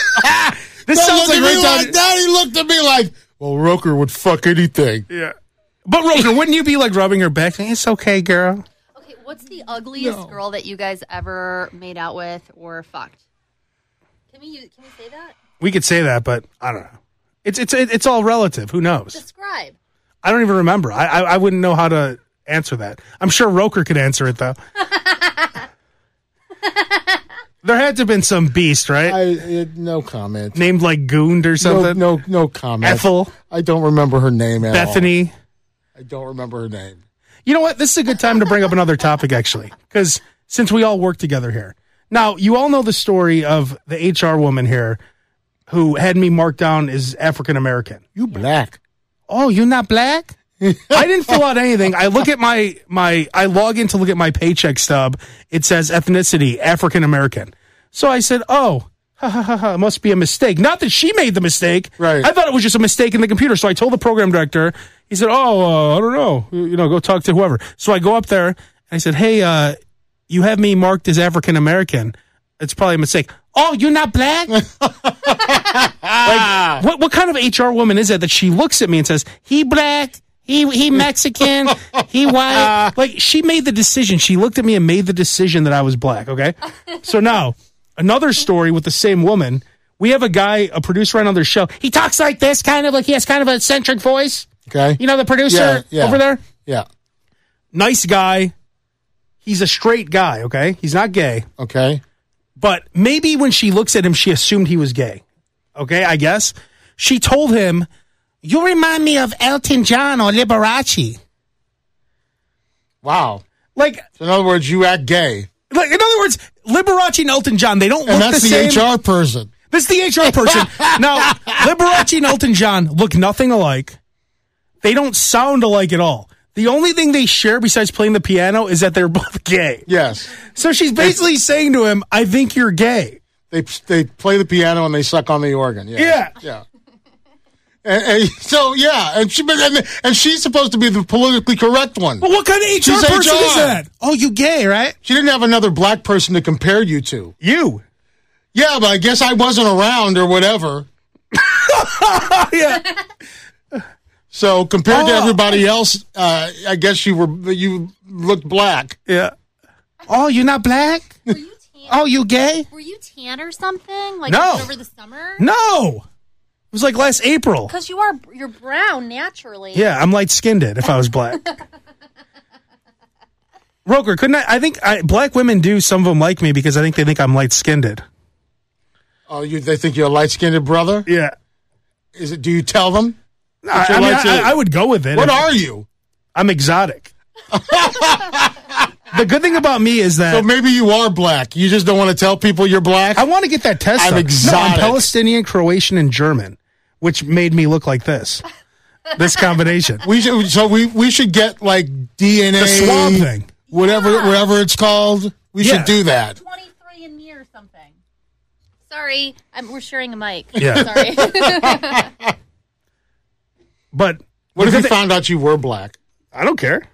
Speaker 1: This
Speaker 2: Don't
Speaker 1: sounds
Speaker 2: look
Speaker 1: like
Speaker 2: at me
Speaker 1: right down-
Speaker 2: like that. He looked at me like, well, Roker would fuck anything.
Speaker 1: Yeah. But Roker, wouldn't you be like rubbing her back? saying, It's okay, girl.
Speaker 3: Okay, what's the ugliest girl that you guys ever made out with or fucked? Can we use, can we say that?
Speaker 1: We could say that, but I don't know. It's it's it's all relative. Who knows?
Speaker 3: Describe.
Speaker 1: I don't even remember. I I, I wouldn't know how to answer that. I'm sure Roker could answer it though. there had to have been some beast, right?
Speaker 2: I, uh, no comment.
Speaker 1: Named like Goond or
Speaker 2: No,
Speaker 1: something.
Speaker 2: no, no comment.
Speaker 1: Ethel,
Speaker 2: I don't remember her name at all.
Speaker 1: Bethany.
Speaker 2: I don't remember her name.
Speaker 1: You know what? This is a good time to bring up another topic, actually, because since we all work together here. Now, you all know the story of the HR woman here who had me marked down as African American.
Speaker 2: You black.
Speaker 1: Oh, you're not black? I didn't fill out anything. I look at my my I log in to look at my paycheck stub. It says ethnicity African American. So I said, "Oh, ha ha ha, ha, must be a mistake." Not that she made the mistake.
Speaker 2: Right.
Speaker 1: I thought it was just a mistake in the computer. So I told the program director. He said, "Oh, uh, I don't know. You you know, go talk to whoever." So I go up there and I said, "Hey, uh, you have me marked as African American. It's probably a mistake." Oh, you're not black? Like, what what kind of HR woman is that that she looks at me and says, "He black, he he Mexican, he white." Like she made the decision. She looked at me and made the decision that I was black, okay? So now, another story with the same woman. We have a guy, a producer on another show. He talks like this kind of like he has kind of an eccentric voice.
Speaker 2: Okay.
Speaker 1: You know the producer
Speaker 2: Yeah, yeah.
Speaker 1: over there?
Speaker 2: Yeah.
Speaker 1: Nice guy. He's a straight guy, okay? He's not gay
Speaker 2: Okay.
Speaker 1: but maybe when she looks at him, she assumed he was gay. Okay, I guess. She told him, You remind me of Elton John or Liberace.
Speaker 2: Wow.
Speaker 1: Like,
Speaker 2: So in other words, you act gay,
Speaker 1: like in other words, Liberace and Elton John, they don't
Speaker 2: and
Speaker 1: look the,
Speaker 2: that's the,
Speaker 1: same.
Speaker 2: HR person.
Speaker 1: This is the HR person. now, Liberace and Elton John look nothing alike. They don't sound alike at all. The only thing they share besides playing the piano is that they're both gay.
Speaker 2: Yes.
Speaker 1: So she's basically saying to him, I think you're gay.
Speaker 2: They they play the piano and they suck on the organ. Yeah.
Speaker 1: Yeah.
Speaker 2: Yeah. And, and so yeah, and she but- and, and she's supposed to be the politically correct one.
Speaker 1: But what kind of HR
Speaker 2: She's
Speaker 1: person is
Speaker 2: HR.
Speaker 1: that? Oh, you gay, right?
Speaker 2: She didn't have another black person to compare you to.
Speaker 1: You.
Speaker 2: Yeah, but I guess I wasn't around or whatever.
Speaker 1: yeah.
Speaker 2: So compared to
Speaker 1: Oh.
Speaker 2: everybody else, uh, I guess you were you looked black.
Speaker 1: Yeah. Oh, you're not black?
Speaker 3: Were you tan?
Speaker 1: Oh, you gay?
Speaker 3: Were you tan or something? Like
Speaker 1: No.
Speaker 3: over the summer?
Speaker 1: No. It was like last April.
Speaker 3: Because you are you're brown naturally.
Speaker 1: Yeah, I'm light skinned if I was black. Roker, couldn't I? I think I, black women do. Some of them like me because I think they think I'm light skinned.
Speaker 2: Oh, you they think you're a light skinned brother?
Speaker 1: Yeah.
Speaker 2: Is it? Do you tell them?
Speaker 1: I,
Speaker 2: you're
Speaker 1: I, mean,
Speaker 2: light-skinned.
Speaker 1: I- I would go with it.
Speaker 2: What
Speaker 1: If-
Speaker 2: are you?
Speaker 1: I'm exotic. the good thing about me is that
Speaker 2: So maybe you are black. You just don't want to tell people you're black.
Speaker 1: I want to get that test.
Speaker 2: I'm
Speaker 1: done.
Speaker 2: exotic.
Speaker 1: No, I'm Palestinian, Croatian, and German, which made me look like this. This combination.
Speaker 2: We should, so we we should get like DNA
Speaker 1: The swab thing.
Speaker 2: whatever
Speaker 3: Yeah.
Speaker 2: whatever it's called. We
Speaker 1: Yeah.
Speaker 2: should do that.
Speaker 3: 23 and me or something. Sorry, I'm, we're sharing a mic.
Speaker 1: Yeah.
Speaker 3: Sorry.
Speaker 1: But
Speaker 2: What
Speaker 1: because
Speaker 2: if you
Speaker 1: they-
Speaker 2: found out you were black?
Speaker 1: I don't care.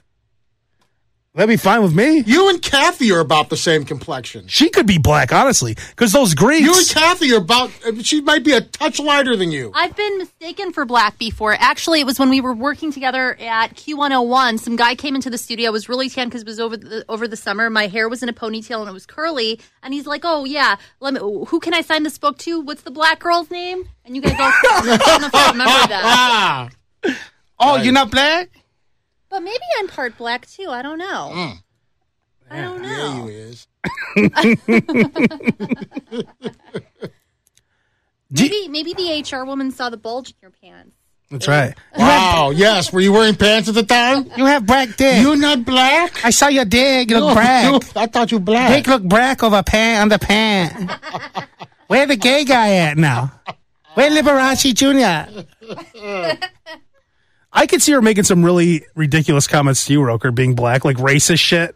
Speaker 1: That'd be fine with me.
Speaker 2: You and Kathy are about the same complexion.
Speaker 1: She could be black, honestly, because those
Speaker 2: You and
Speaker 1: Greeks.
Speaker 2: Kathy are about. uh, She might be a touch lighter than you.
Speaker 3: I've been mistaken for black before. Actually, it was when we were working together at Q101. Some guy came into the studio. I was really tan because it was over the, over the summer. My hair was in a ponytail and it was curly. And he's like, "Oh yeah, let me. Who can I sign this book to? What's the black girl's name?" And you guys all I don't know if I remember that.
Speaker 2: Ah,
Speaker 4: Oh, you're not black?
Speaker 3: But maybe I'm part black too. I don't know.
Speaker 2: Hmm.
Speaker 3: I don't
Speaker 2: there you
Speaker 3: know.
Speaker 2: is.
Speaker 3: Maybe maybe the HR woman saw the bulge in your pants.
Speaker 1: That's right.
Speaker 2: Wow. yes. Were you wearing pants at the time?
Speaker 4: You have black dick.
Speaker 2: You're not black.
Speaker 4: I saw your dick. You look
Speaker 2: No,
Speaker 4: black.
Speaker 2: you- I thought you black.
Speaker 4: Dick look black over pant on the pant. Where the gay guy at now? Where Liberace Jr.?
Speaker 1: I could see her making some really ridiculous comments to you, Roker, being black, like racist shit,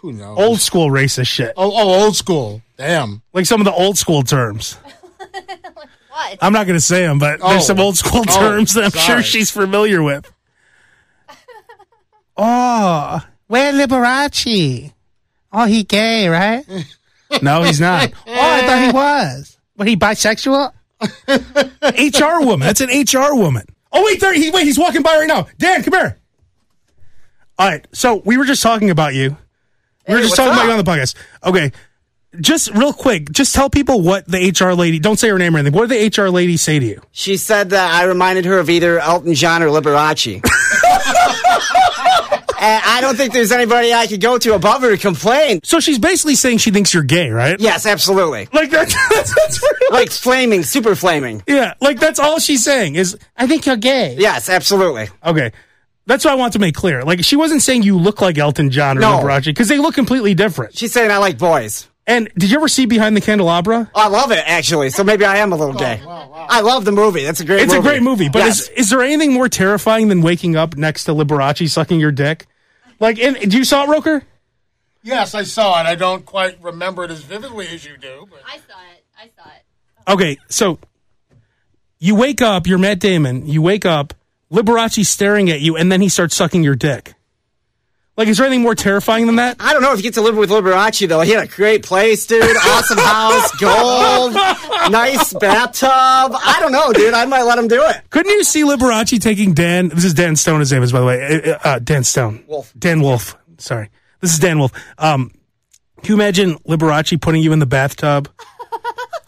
Speaker 2: Who knows?
Speaker 1: old school racist shit,
Speaker 2: oh, oh, old school. Damn.
Speaker 1: like some of the old school terms.
Speaker 3: What?
Speaker 1: I'm not going to say them, but
Speaker 2: Oh.
Speaker 1: there's some old school
Speaker 2: Oh,
Speaker 1: terms that I'm sure
Speaker 2: sorry.
Speaker 1: she's familiar with. Oh,
Speaker 4: Where Liberace? Oh, he gay, right? Oh,
Speaker 1: no, he's not.
Speaker 4: I thought he was. But he bisexual?
Speaker 1: HR woman. That's an HR woman. Oh wait, there he wait, he's walking by right now. Dan, come here. All right. So we were just talking about you. We were just
Speaker 2: what's
Speaker 1: talking about
Speaker 2: up?
Speaker 1: you on the podcast. Okay. Just real quick, just tell people what the HR lady don't say her name or anything. What did the HR lady say to you?
Speaker 5: She said that I reminded her of either Elton John or Liberace. and I don't think there's anybody I could go to above her to complain.
Speaker 1: So she's basically saying she thinks you're gay, right?
Speaker 5: Yes, absolutely.
Speaker 1: Like that's that's, that's really,
Speaker 5: Like flaming, super flaming.
Speaker 1: yeah. Like that's all she's saying is
Speaker 4: I think you're gay.
Speaker 5: Yes, absolutely.
Speaker 1: okay. That's what I want to make clear. Like she wasn't saying you look like Elton John or
Speaker 5: No.
Speaker 1: Liberace because they look completely different.
Speaker 5: She's saying I like boys. Oh,
Speaker 1: And did you ever see Behind the Candelabra?
Speaker 5: I love it, actually. So maybe I am a little gay. I love the movie. That's a great
Speaker 1: It's
Speaker 5: movie.
Speaker 1: a great movie, but
Speaker 5: Yes.
Speaker 1: is is there anything more terrifying than waking up next to Liberace sucking your dick? Like, and, do you saw it, Roker?
Speaker 2: Yes, I saw it. I don't quite remember it as vividly as you do. But.
Speaker 3: I saw it. I saw it.
Speaker 1: Okay, so you wake up, you're Matt Damon, you wake up, Liberace staring at you, and then he starts sucking your dick. Like, is there anything more terrifying than that?
Speaker 5: I don't know if you get to live with Liberace though. He had a great place, dude. Awesome house, gold, nice bathtub. I don't know, dude. I might let him do it.
Speaker 1: Couldn't you see Liberace taking Dan? This is Dan Stone. His name is, by the way, uh, uh, Dan Stone.
Speaker 5: Wolf.
Speaker 1: Dan Wolf. Sorry, this is Dan Wolf. Um, can you imagine Liberace putting you in the bathtub,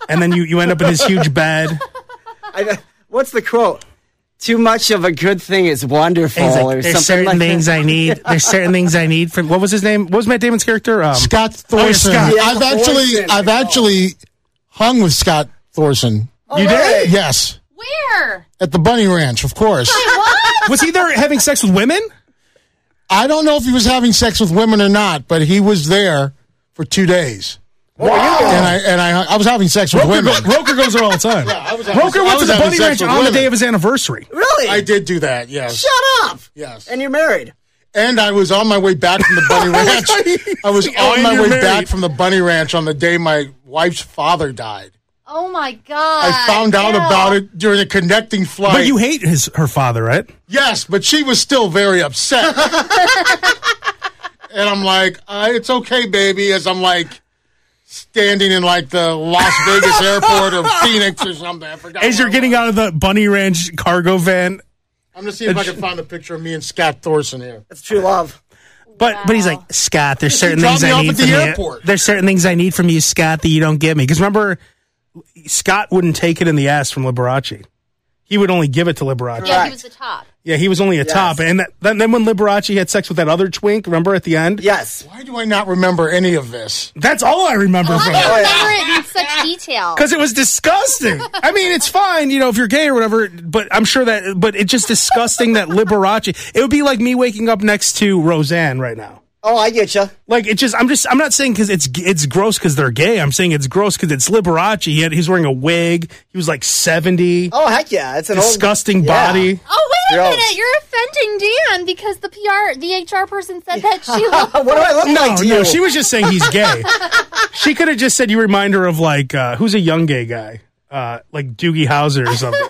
Speaker 1: and then you you end up in his huge bed?
Speaker 5: I, what's the quote? Too much of a good thing is wonderful,
Speaker 1: He's like,
Speaker 5: or
Speaker 1: there's
Speaker 5: something
Speaker 1: certain
Speaker 5: like
Speaker 1: things
Speaker 5: that.
Speaker 1: I need. There's certain things I need from what was his name? What was Matt Damon's character? Um,
Speaker 2: Scott
Speaker 1: Oh, yeah,
Speaker 2: Thorson.
Speaker 1: Scott.
Speaker 2: I've actually,
Speaker 5: Thorson.
Speaker 2: I've actually hung with Scott Thorson.
Speaker 5: Oh,
Speaker 1: You did?
Speaker 2: Yes,
Speaker 3: Where?
Speaker 2: at the Bunny Ranch, of course.
Speaker 1: Was he there having sex with women?
Speaker 2: I don't know if he was having sex with women or not, but he was there for two days. Wow. And I and I, I was having sex with
Speaker 1: Roker,
Speaker 2: women.
Speaker 1: go- Roker goes there all the time.
Speaker 2: was having-
Speaker 1: Roker
Speaker 2: I
Speaker 1: went to
Speaker 2: was
Speaker 1: the
Speaker 2: having
Speaker 1: Bunny
Speaker 2: sex
Speaker 1: Ranch
Speaker 2: with
Speaker 1: on the
Speaker 2: women.
Speaker 1: day of his anniversary.
Speaker 5: Really?
Speaker 2: I did do that. Yes.
Speaker 5: Shut up.
Speaker 2: Yes.
Speaker 5: And you're married.
Speaker 2: And I was on my way back from the Bunny Ranch. I was
Speaker 1: Oh,
Speaker 2: on
Speaker 1: and
Speaker 2: my
Speaker 1: you're
Speaker 2: way
Speaker 1: married.
Speaker 2: back from the Bunny Ranch on the day my wife's father died.
Speaker 3: Oh my god!
Speaker 2: I found out
Speaker 3: Ew.
Speaker 2: about it during a connecting flight.
Speaker 1: Ah, But you hate his her father, right?
Speaker 2: yes, but she was still very upset. and I'm like, uh, it's okay, baby. As I'm like standing in like the Las Vegas airport of Phoenix or something. I forgot.
Speaker 1: As
Speaker 2: where
Speaker 1: you're
Speaker 2: I
Speaker 1: getting
Speaker 2: was.
Speaker 1: out of the Bunny Ranch cargo van,
Speaker 2: I'm gonna see if I can find a picture of me and Scott Thorson here.
Speaker 5: That's true love.
Speaker 1: But but he's like Scott. There's certain
Speaker 2: dropped
Speaker 1: things
Speaker 2: me
Speaker 1: I
Speaker 2: off
Speaker 1: need
Speaker 2: at the
Speaker 1: from you.
Speaker 2: airport.
Speaker 1: There's certain things I need from you, Scott, that you don't give me. Because remember, Scott wouldn't take it in the ass from Liberace. He would only give it to Liberace.
Speaker 3: Yeah, he
Speaker 5: Correct.
Speaker 3: was the top.
Speaker 1: Yeah, he was only a top. And that, then then when Liberace had sex with that other twink, remember at the end?
Speaker 5: Yes.
Speaker 2: Why do I not remember any of this?
Speaker 1: That's all I
Speaker 2: Oh,
Speaker 1: remember from it.
Speaker 3: I remember it in such detail.
Speaker 1: Because it was disgusting. I mean, it's fine, you know, if you're gay or whatever, but I'm sure that, but it's just disgusting that Liberace, it would be like me waking up next to Roseanne right now.
Speaker 5: Oh, I get you.
Speaker 1: Like it just, I'm just, I'm not saying because it's it's gross because they're gay. I'm saying it's gross because it's Liberace. He had, he's wearing a wig. He was like 70,
Speaker 5: Oh, heck yeah. It's an
Speaker 1: disgusting
Speaker 5: old, Yeah.
Speaker 1: body.
Speaker 3: Oh wait a
Speaker 5: Gross.
Speaker 3: minute! You're offending Dan because the PR, the HR person said that she looked.
Speaker 5: What do I look like
Speaker 1: Oh,
Speaker 5: to
Speaker 1: no,
Speaker 5: you?
Speaker 1: she was just saying he's gay. she could have just said you remind her of like uh, who's a young gay guy, uh, like Doogie Howser or something.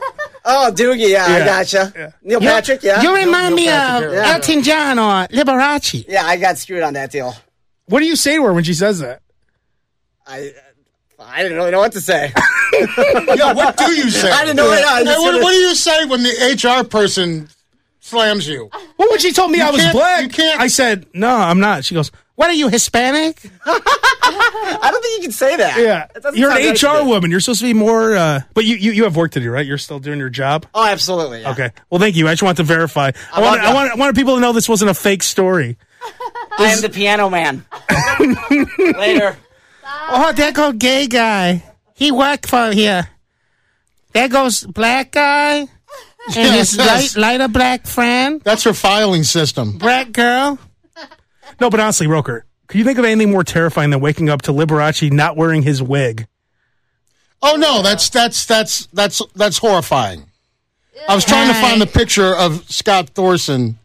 Speaker 5: Oh, Doogie, yeah, I
Speaker 1: Yeah.
Speaker 5: gotcha. Neil Patrick, yeah.
Speaker 4: You remind me of
Speaker 1: Patrick, yeah.
Speaker 4: Elton John or Liberace.
Speaker 5: yeah, I got screwed on that deal.
Speaker 1: What do you say to her when she says that?
Speaker 5: I I didn't really know what to say.
Speaker 2: Yeah, what do you say?
Speaker 5: I didn't know. Yeah, I
Speaker 2: Hey,
Speaker 5: just
Speaker 2: what, what do you say when the HR person slams you?
Speaker 1: Well, when she told me I was
Speaker 2: can't-
Speaker 1: black,
Speaker 2: you can't-
Speaker 1: I said, no, I'm not. She goes,
Speaker 4: What are you, Hispanic?
Speaker 5: I don't think you can say that.
Speaker 1: yeah,
Speaker 5: That doesn't
Speaker 1: you're
Speaker 5: sound
Speaker 1: an
Speaker 5: right to
Speaker 1: HR
Speaker 5: me.
Speaker 1: woman. You're supposed to be more, uh, but you, you, you have work to do, right? You're still doing your job.
Speaker 5: Oh, absolutely. yeah.
Speaker 1: Okay. Well, thank you. I just want to verify. I, want,
Speaker 5: love
Speaker 1: I want, I wanted people to know this wasn't a fake story.
Speaker 5: I am the piano man. Later.
Speaker 4: Oh, there goes gay guy. He worked for here. There goes black guy and his
Speaker 2: Yes.
Speaker 4: light, lighter black friend,
Speaker 2: That's her filing system.
Speaker 4: black girl.
Speaker 1: No, but honestly, Roker, can you think of anything more terrifying than waking up to Liberace not wearing his wig?
Speaker 2: Oh no, that's that's that's that's that's horrifying. I was trying to find a picture of Scott Thorson,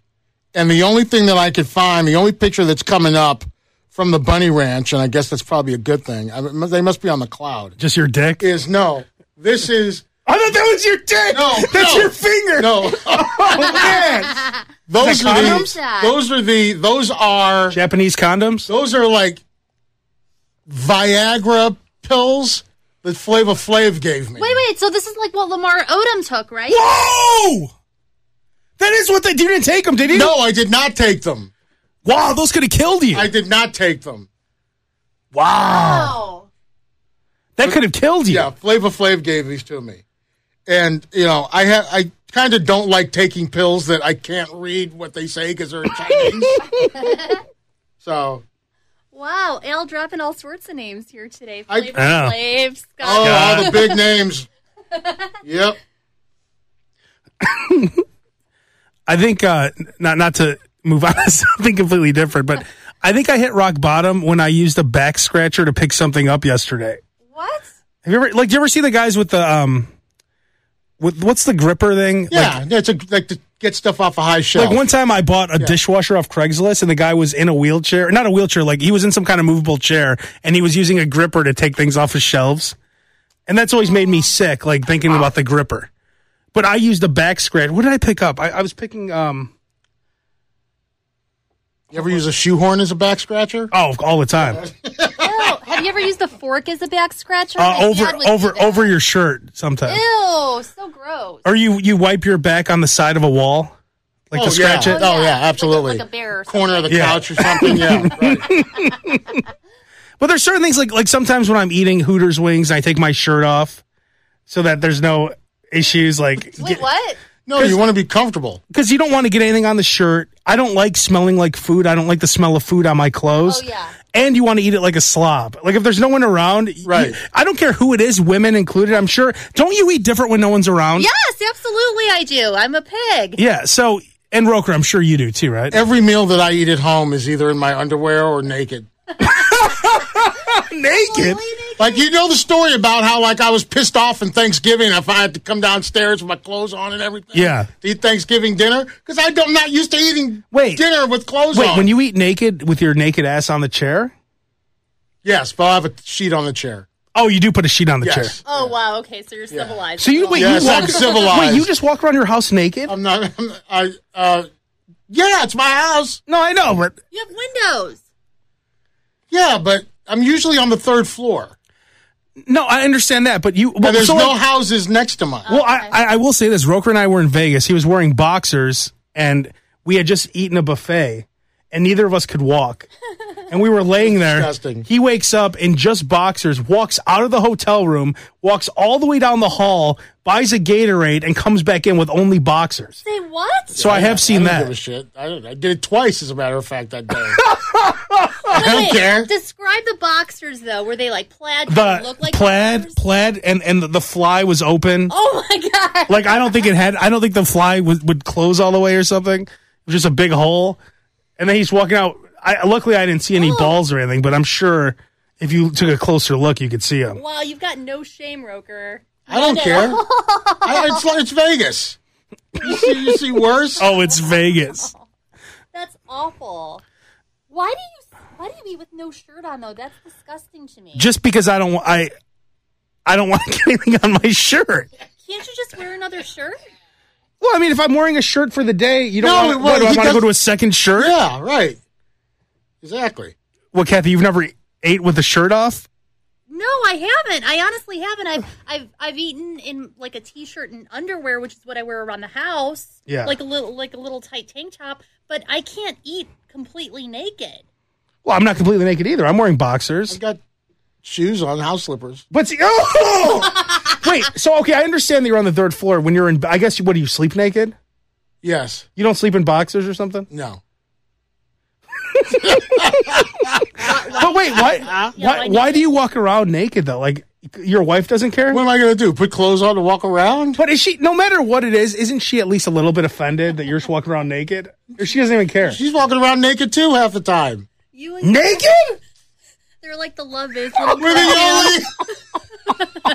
Speaker 2: and the only thing that I could find, the only picture that's coming up from the Bunny Ranch, and I guess that's probably a good thing. I, they must be on the cloud.
Speaker 1: Just your dick?
Speaker 2: Is no, this is
Speaker 1: I thought that was your dick.
Speaker 2: No,
Speaker 1: that's
Speaker 2: no.
Speaker 1: your finger.
Speaker 2: no. those are the,
Speaker 3: condoms?
Speaker 2: those are the those are
Speaker 1: Japanese condoms.
Speaker 2: those are like Viagra pills that Flava Flav gave me.
Speaker 3: Wait, wait. So this is like what Lamar Odom took, right?
Speaker 1: Whoa! That is what they you didn't take them, did you?
Speaker 2: No, I did not take them.
Speaker 1: Wow, those could have killed you.
Speaker 2: I did not take them.
Speaker 1: wow,
Speaker 3: Oh.
Speaker 1: that could have killed you.
Speaker 2: Yeah, Flava Flav gave these to me, and you know, I ha- I kind of don't like taking pills that I can't read what they say because they're in Chinese. so,
Speaker 6: Wow, Al dropping all sorts of names here today.
Speaker 2: I-
Speaker 6: Flavor
Speaker 1: Oh.
Speaker 6: Flav, Scott.
Speaker 2: oh, all the big names. Yep.
Speaker 1: I think uh, not not to move on to something completely different, but I think I hit rock bottom when I used a back scratcher to pick something up yesterday.
Speaker 6: What?
Speaker 1: Have you ever like? Do you ever see the guys with the um, with what's the gripper thing? Like,
Speaker 2: Yeah, it's a like to get stuff off a high shelf.
Speaker 1: Like one time I bought a dishwasher off Craigslist and the guy was in a wheelchair, not a wheelchair, like he was in some kind of movable chair and he was using a gripper to take things off his shelves. And that's always made me sick, like thinking about the gripper. But I used a back scratch. What did I pick up? I, I was picking, um,
Speaker 2: you ever use a shoehorn as a back scratcher?
Speaker 1: oh, all the time.
Speaker 6: Ew, have you ever used a fork as a back scratcher?
Speaker 1: Uh,
Speaker 6: My
Speaker 1: over,
Speaker 6: dad would do
Speaker 1: over,
Speaker 6: that.
Speaker 1: over your shirt sometimes.
Speaker 6: Ew, so gross.
Speaker 1: Or you, you wipe your back on the side of a wall, like
Speaker 2: Oh,
Speaker 1: to scratch
Speaker 2: yeah.
Speaker 1: it.
Speaker 2: Oh, yeah,
Speaker 6: Like a-
Speaker 2: absolutely.
Speaker 6: Like a, bear or
Speaker 2: Corner of the
Speaker 1: Yeah.
Speaker 2: couch or something. Yeah. right.
Speaker 1: But there's certain things like like sometimes when I'm eating Hooters wings, I take my shirt off so that there's no issues. Like
Speaker 6: something. Wait, what?
Speaker 2: No, you want to be comfortable.
Speaker 1: because you don't want to get anything on the shirt. I don't like smelling like food. I don't like the smell of food on my clothes.
Speaker 3: Oh, yeah.
Speaker 1: And you want to eat it like a slob. Like if there's no one around, y-
Speaker 2: Right.
Speaker 1: I don't care who it is, women included. I'm sure. Don't you eat different when no one's around?
Speaker 3: Yes, absolutely. I do. I'm a pig.
Speaker 1: Yeah. So and Roker, I'm sure you do too, right?
Speaker 2: Every meal that I eat at home is either in my underwear or naked.
Speaker 1: Naked.
Speaker 2: Like you know the story about how like I was pissed off in Thanksgiving if I had to come downstairs with my clothes on and everything.
Speaker 1: Yeah.
Speaker 2: To eat Thanksgiving dinner because I don't, am not used to eating
Speaker 1: Wait.
Speaker 2: dinner with clothes
Speaker 1: Wait,
Speaker 2: on.
Speaker 1: when you eat naked with your naked ass on the chair?
Speaker 2: yes, but I have a sheet on the chair.
Speaker 1: Oh, you do put a sheet on the chair.
Speaker 2: Yes.
Speaker 6: Oh, wow. Okay, so you're civilized.
Speaker 1: So you wait,
Speaker 2: Yes,
Speaker 1: you walk
Speaker 2: I'm civilized. Um,
Speaker 1: Wait, you just walk around your house naked?
Speaker 2: I'm not. I'm, I. Uh, yeah, it's my house.
Speaker 1: no, I know, but
Speaker 3: You have windows.
Speaker 2: Yeah, but I'm usually on the third floor.
Speaker 1: no, I understand that. But you, well,
Speaker 2: And there's
Speaker 1: so,
Speaker 2: no
Speaker 1: like-
Speaker 2: houses next to mine.
Speaker 1: Well, I, I, I will say this. Roker and I were in Vegas. He was wearing boxers, and we had just eaten a buffet, and neither of us could walk. And we were laying there.
Speaker 2: Disgusting.
Speaker 1: He wakes up in just boxers, walks out of the hotel room, walks all the way down the hall, buys a Gatorade, and comes back in with only boxers.
Speaker 6: Say what?
Speaker 1: So I have seen
Speaker 2: I don't
Speaker 1: that.
Speaker 2: give a shit. I, don't, I did it twice, as a matter of fact, that day. I don't
Speaker 6: Wait,
Speaker 2: care.
Speaker 6: Describe the boxers, though. Were they like plaid? Did they
Speaker 1: the
Speaker 6: look like
Speaker 1: plaid,
Speaker 6: boxers?
Speaker 1: plaid, and and the, the fly was open.
Speaker 6: Oh, my God.
Speaker 1: Like I don't think it had. I don't think the fly would, would close all the way or something. It was just a big hole, and then he's walking out. I, luckily, I didn't see
Speaker 2: Oh.
Speaker 1: any balls or anything, but I'm sure if you took a closer look, you could see them.
Speaker 6: Wow, you've got no shame, Roker.
Speaker 2: I don't care. I, it's like- it's Vegas. You see, you see worse.
Speaker 1: Oh, it's Vegas.
Speaker 6: That's awful. Why do you why do you eat with no shirt on though? That's disgusting to me.
Speaker 1: Just because I don't, wa- I, I don't want to get anything on my shirt.
Speaker 6: Can't you just wear another shirt?
Speaker 1: Well, I mean, if I'm wearing a shirt for the day, you
Speaker 2: No,
Speaker 1: don't want,
Speaker 2: it-
Speaker 1: what, do I
Speaker 2: he
Speaker 1: want to go
Speaker 2: does-
Speaker 1: to a second shirt.
Speaker 2: Yeah, right. Exactly.
Speaker 1: Well, Kathy, you've never ate with a shirt off.
Speaker 6: No, I haven't. I honestly haven't. I've I've I've eaten in like a t-shirt and underwear, which is what I wear around the house.
Speaker 1: Yeah.
Speaker 6: Like a little like a little tight tank top, but I can't eat completely naked.
Speaker 1: Well, I'm not completely naked either. I'm wearing boxers.
Speaker 2: I've got shoes on, house slippers.
Speaker 1: But see- oh, wait. So okay, I understand that you're on the third floor when you're in. I guess what do you sleep naked?
Speaker 2: Yes.
Speaker 1: You don't sleep in boxers or something.
Speaker 2: No.
Speaker 1: But wait, why?
Speaker 6: why
Speaker 1: Why, why do you walk around naked though? Like your wife doesn't care.
Speaker 2: What am I going to do? Put clothes on to walk around?
Speaker 1: But is she? No matter what it is, isn't she at least a little bit offended that you're just walking around naked? Or she doesn't even care.
Speaker 2: She's walking around naked too half the time.
Speaker 6: You and
Speaker 1: Naked?
Speaker 6: they're like the love is little
Speaker 2: We're the only.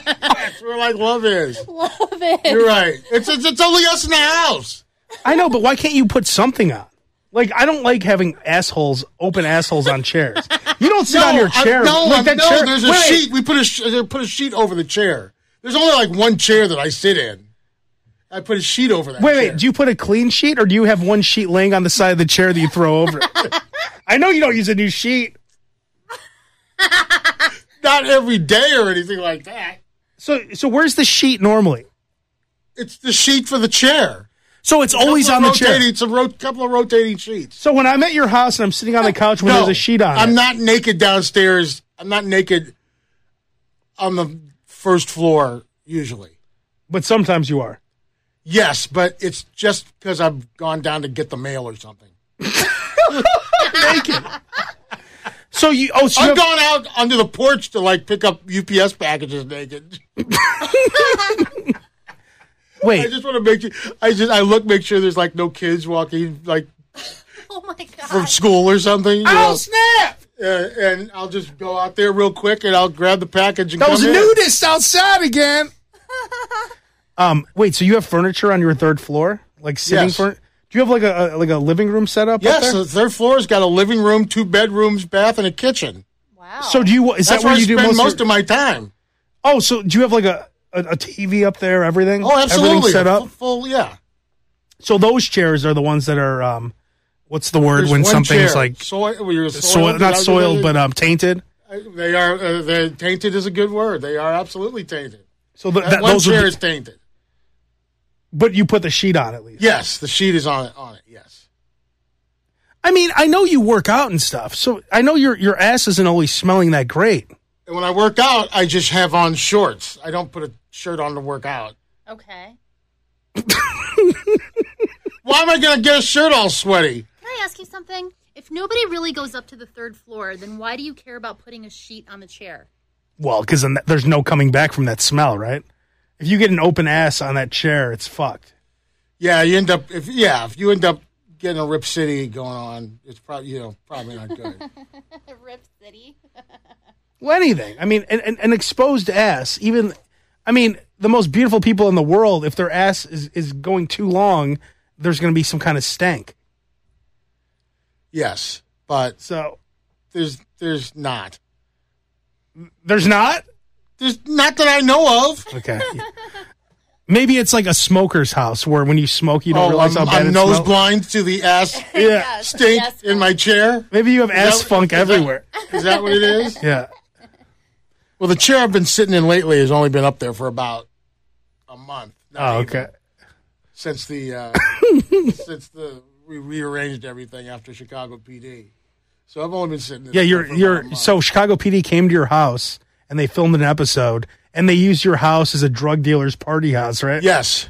Speaker 2: That's where like love is.
Speaker 6: love it.
Speaker 2: You're right. It's, it's it's only us in the house.
Speaker 1: I know, but why can't you put something on? Like I don't like having assholes, open assholes on chairs. You don't sit on your
Speaker 2: I-
Speaker 1: chair.
Speaker 2: no,
Speaker 1: like
Speaker 2: I'm-
Speaker 1: that
Speaker 2: no.
Speaker 1: chair-
Speaker 2: There's a
Speaker 1: wait.
Speaker 2: sheet. We put a sh- they put a sheet over the chair. There's only like one chair that I sit in. I put a sheet over that.
Speaker 1: Wait,
Speaker 2: chair.
Speaker 1: wait. Do you put a clean sheet, or do you have one sheet laying on the side of the chair that you throw over? it? I know you don't use a new sheet.
Speaker 2: Not every day or anything like that.
Speaker 1: So, so where's the sheet normally?
Speaker 2: It's the sheet for the chair.
Speaker 1: So it's always
Speaker 2: Couple
Speaker 1: on
Speaker 2: of
Speaker 1: the chair.
Speaker 2: rotating, It's a ro- couple of rotating sheets.
Speaker 1: So when I'm at your house and I'm sitting on the couch when there's a sheet on,
Speaker 2: I'm
Speaker 1: it,
Speaker 2: not naked downstairs. I'm not naked on the first floor usually.
Speaker 1: But sometimes you are.
Speaker 2: Yes, but it's just because I've gone down to get the mail or something.
Speaker 1: So you oh so you have-
Speaker 2: I've gone out onto the porch to like pick up UPS packages naked. I
Speaker 1: wait.
Speaker 2: just want to make sure. I just I look, make sure there's like no kids walking like
Speaker 6: Oh my god.
Speaker 2: from school or something. you know.
Speaker 1: snap!
Speaker 2: Uh, and I'll just go out there real quick and I'll grab the package and
Speaker 1: Those
Speaker 2: come in.
Speaker 1: nudists outside again. um, wait. So you have furniture on your third floor, like sitting
Speaker 2: Yes.
Speaker 1: for? Do you have like a, a- like a living room set up? up
Speaker 2: Yes, uh,
Speaker 1: there?
Speaker 2: the third floor's got a living room, two bedrooms, bath, and a kitchen.
Speaker 6: Wow.
Speaker 1: So do you? Is
Speaker 2: That's
Speaker 1: that where
Speaker 2: I
Speaker 1: you do most,
Speaker 2: spend most,
Speaker 1: of,
Speaker 2: of my time.
Speaker 1: Oh, so do you have like a, a, a TV up there? Everything?
Speaker 2: Oh, absolutely.
Speaker 1: Everything set
Speaker 2: F-
Speaker 1: up.
Speaker 2: Full, yeah.
Speaker 1: So those chairs are the ones that are um, what's the word
Speaker 2: There's
Speaker 1: when
Speaker 2: one
Speaker 1: something's
Speaker 2: chair.
Speaker 1: like
Speaker 2: Soil- well, you're
Speaker 1: soil,
Speaker 2: soiled,
Speaker 1: not
Speaker 2: I-
Speaker 1: soiled, but um, tainted.
Speaker 2: they are uh, they're- tainted is a good word. They are absolutely tainted.
Speaker 1: So th-
Speaker 2: That
Speaker 1: that,
Speaker 2: one
Speaker 1: those
Speaker 2: chair
Speaker 1: are,
Speaker 2: is tainted.
Speaker 1: but you put the sheet on at least.
Speaker 2: Yes, the sheet is on it. On it. Yes.
Speaker 1: I mean, I know you work out and stuff, so I know your your ass isn't always smelling that great.
Speaker 2: And when I work out, I just have on shorts. I don't put a shirt on to work out.
Speaker 6: okay.
Speaker 2: Why am I going to get a shirt all sweaty?
Speaker 6: Can I ask you something? If nobody really goes up to the third floor, then why do you care about putting a sheet on the chair?
Speaker 1: Well, because then there's no coming back from that smell, right? If you get an open ass on that chair, it's fucked.
Speaker 2: Yeah, you end up if yeah if you end up getting a rip city going on, it's probably you know probably not good.
Speaker 6: Rip City.
Speaker 1: Well, anything. I mean, an, an, an exposed ass, even, I mean, the most beautiful people in the world, if their ass is, is going too long, there's going to be some kind of stank.
Speaker 2: yes, but
Speaker 1: So
Speaker 2: there's there's not
Speaker 1: there's not?
Speaker 2: there's not that I know of.
Speaker 1: Okay. Maybe it's like a smoker's house where when you smoke, you don't
Speaker 2: oh,
Speaker 1: realize
Speaker 2: I'm,
Speaker 1: how bad
Speaker 2: I'm
Speaker 1: it
Speaker 2: nose
Speaker 1: smells.
Speaker 2: blind to the ass
Speaker 1: Yeah.
Speaker 2: stink
Speaker 6: Yes.
Speaker 2: in my chair.
Speaker 1: Maybe you have ass
Speaker 2: Is that-
Speaker 1: funk
Speaker 2: is that-
Speaker 1: everywhere.
Speaker 2: Is that what it is?
Speaker 1: yeah.
Speaker 2: Well, the chair I've been sitting in lately has only been up there for about a month. not
Speaker 1: Oh,
Speaker 2: even,
Speaker 1: okay.
Speaker 2: Since the uh, since the we rearranged everything after Chicago PD, so I've only been sitting. in
Speaker 1: Yeah,
Speaker 2: there
Speaker 1: you're
Speaker 2: for about a
Speaker 1: you're
Speaker 2: month.
Speaker 1: so Chicago PD came to your house and they filmed an episode and they used your house as a drug dealer's party house, right?
Speaker 2: Yes.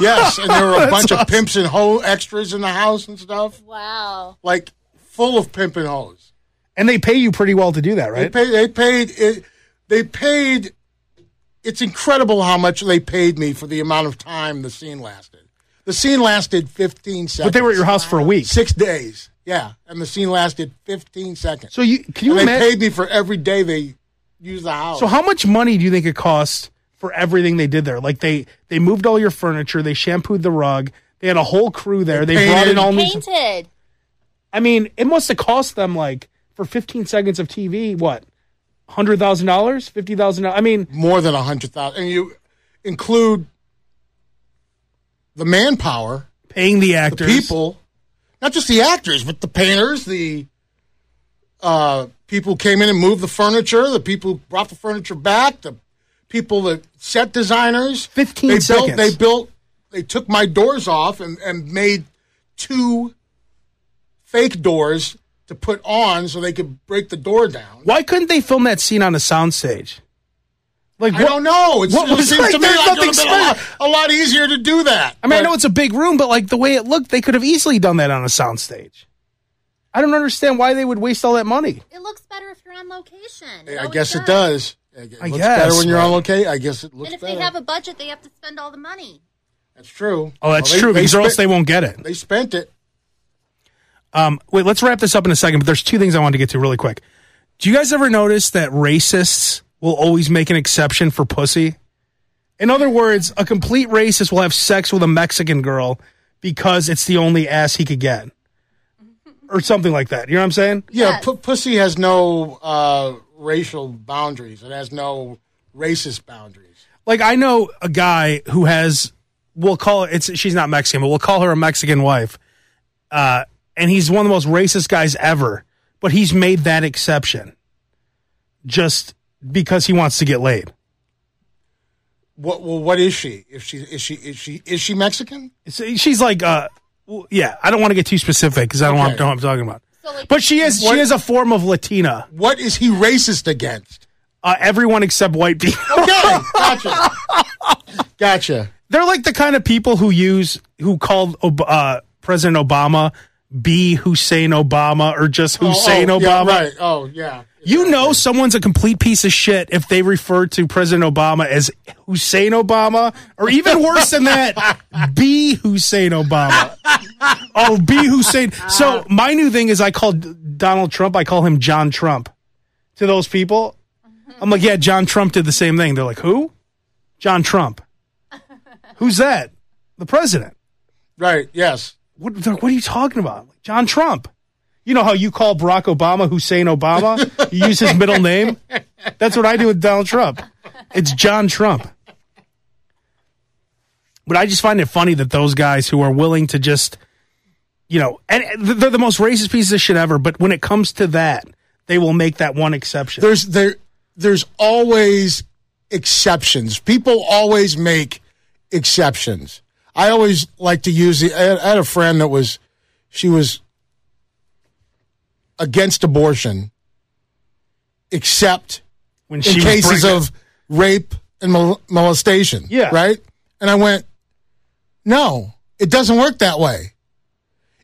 Speaker 2: yes, and there were a bunch of pimps and hoe extras in the house and stuff,
Speaker 6: Wow.
Speaker 2: like full of pimp and hoes.
Speaker 1: And they pay you pretty well to do that,
Speaker 2: They
Speaker 1: right?
Speaker 2: paid. They paid. It, they paid. It's incredible how much they paid me for the amount of time the scene lasted. The scene lasted 15 seconds.
Speaker 1: But they were at your house for a week.
Speaker 2: six days. Yeah, and the scene lasted 15 seconds.
Speaker 1: So you can you
Speaker 2: And they
Speaker 1: imagine?
Speaker 2: paid me for every day they used the house.
Speaker 1: So how much money do you think it cost for everything they did there? Like they they moved all your furniture, they shampooed the rug, they had a whole crew there. They,
Speaker 2: They
Speaker 1: brought in
Speaker 2: painted.
Speaker 1: all new.
Speaker 6: Painted.
Speaker 1: I mean, it must have cost them like for 15 seconds of TV, what? $100,000, $50,000. I mean,
Speaker 2: more than a hundred thousand. And you, include the manpower,
Speaker 1: Paying the actors.
Speaker 2: people, not just the actors, but the painters, the uh, people who came in and moved the furniture, the people who brought the furniture back, the people that set designers.
Speaker 1: 15
Speaker 2: they
Speaker 1: seconds.
Speaker 2: Built, they built, they took my doors off and, and made two fake doors to put on so they could break the door down.
Speaker 1: Why couldn't they film that scene on a soundstage? Like,
Speaker 2: I don't know. It's,
Speaker 1: what
Speaker 2: it
Speaker 1: was
Speaker 2: seems
Speaker 1: like
Speaker 2: to me
Speaker 1: there's
Speaker 2: like it would
Speaker 1: nothing
Speaker 2: have been a lot,
Speaker 1: special.
Speaker 2: a lot easier to do that.
Speaker 1: I mean, I
Speaker 2: But
Speaker 1: know it's a big room, but like the way it looked, they could have easily done that on a soundstage. I don't understand why they would waste all that money.
Speaker 6: It looks better if you're on location.
Speaker 2: I
Speaker 6: always
Speaker 2: guess it does. It looks
Speaker 1: I
Speaker 2: better
Speaker 1: guess,
Speaker 2: when you're
Speaker 1: but-
Speaker 2: on location. I guess it looks
Speaker 6: And if
Speaker 2: better.
Speaker 6: they have a budget, they have to spend all the money.
Speaker 2: That's true.
Speaker 1: Oh, that's
Speaker 2: Well, they-
Speaker 1: true,
Speaker 2: They,
Speaker 1: because or else they
Speaker 2: spent-
Speaker 1: won't get it.
Speaker 2: they spent it.
Speaker 1: Um, wait, let's wrap this up in a second, but there's two things I wanted to get to really quick. Do you guys ever notice that racists will always make an exception for pussy? In other words, a complete racist will have sex with a Mexican girl because it's the only ass he could get. Or something like that. You know what I'm saying?
Speaker 2: Yeah,
Speaker 6: Yes.
Speaker 2: pu- pussy has no uh, racial boundaries. It has no racist boundaries.
Speaker 1: like I know a guy who has we'll call it it's she's not Mexican, but we'll call her a Mexican wife. Uh and he's one of the most racist guys ever, but he's made that exception just because he wants to get laid.
Speaker 2: What? Well, what is she? If she is she is she is she Mexican?
Speaker 1: So she's like uh well, yeah, I don't want to get too specific cuz I don't want
Speaker 2: Okay.
Speaker 1: to know what I'm talking about.
Speaker 6: So, like-
Speaker 1: but she is
Speaker 2: What-
Speaker 1: she is a form of Latina.
Speaker 2: What is he racist against?
Speaker 1: Uh, everyone except white people.
Speaker 2: Okay, gotcha, gotcha.
Speaker 1: They're like the kind of people who use who called Ob- uh, President Obama B Hussein Obama or just Hussein
Speaker 2: oh, oh, yeah,
Speaker 1: Obama.
Speaker 2: right? Oh, yeah.
Speaker 1: You know someone's a complete piece of shit if they refer to President Obama as Hussein Obama, or even worse than that, B Hussein Obama. Oh, B Hussein. So my new thing is I call D- Donald Trump, I call him John Trump. To those people, I'm like, yeah, John Trump did the same thing. They're like, who? John Trump. Who's that? The president.
Speaker 2: Right? Yes.
Speaker 1: What, they're like, what are you talking about? Like, John Trump. You know how you call Barack Obama Hussein Obama? You use his middle name? That's what I do with Donald Trump. It's John Trump. But I just find it funny that those guys who are willing to just, you know, and they're the most racist pieces of shit ever, but when it comes to that, they will make that one exception.
Speaker 2: there's there there's always exceptions. People always make exceptions. I always like to use the. I had, I had a friend that was, she was against abortion, except
Speaker 1: when
Speaker 2: in
Speaker 1: was
Speaker 2: cases
Speaker 1: pregnant.
Speaker 2: of rape and mol- molestation.
Speaker 1: Yeah.
Speaker 2: Right? And I went, no, it doesn't work that way.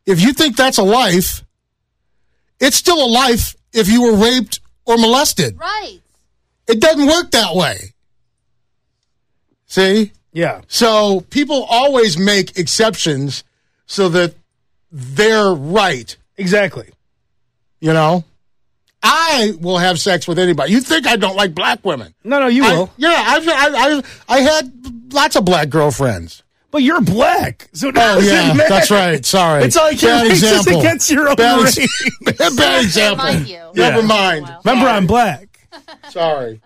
Speaker 2: If you think that's a life, it's still a life if you were raped or molested.
Speaker 6: Right.
Speaker 2: It doesn't work that way. See?
Speaker 1: Yeah.
Speaker 2: So people always make exceptions so that they're right,
Speaker 1: Exactly.
Speaker 2: you know? I will have sex with anybody. You think I don't like black women?
Speaker 1: No, no, you
Speaker 2: I-
Speaker 1: will.
Speaker 2: yeah, I've, I, I, I had lots of black girlfriends.
Speaker 1: But you're black. So it
Speaker 2: Oh,
Speaker 1: doesn't
Speaker 2: yeah,
Speaker 1: matter.
Speaker 2: that's right. Sorry.
Speaker 1: It's like you're
Speaker 2: Bad
Speaker 1: racist
Speaker 2: example.
Speaker 1: against your own
Speaker 2: Bad
Speaker 1: race.
Speaker 2: ex- Bad example.
Speaker 6: Mind you.
Speaker 1: Yeah.
Speaker 2: Never mind.
Speaker 1: Remember, I'm black.
Speaker 2: Sorry.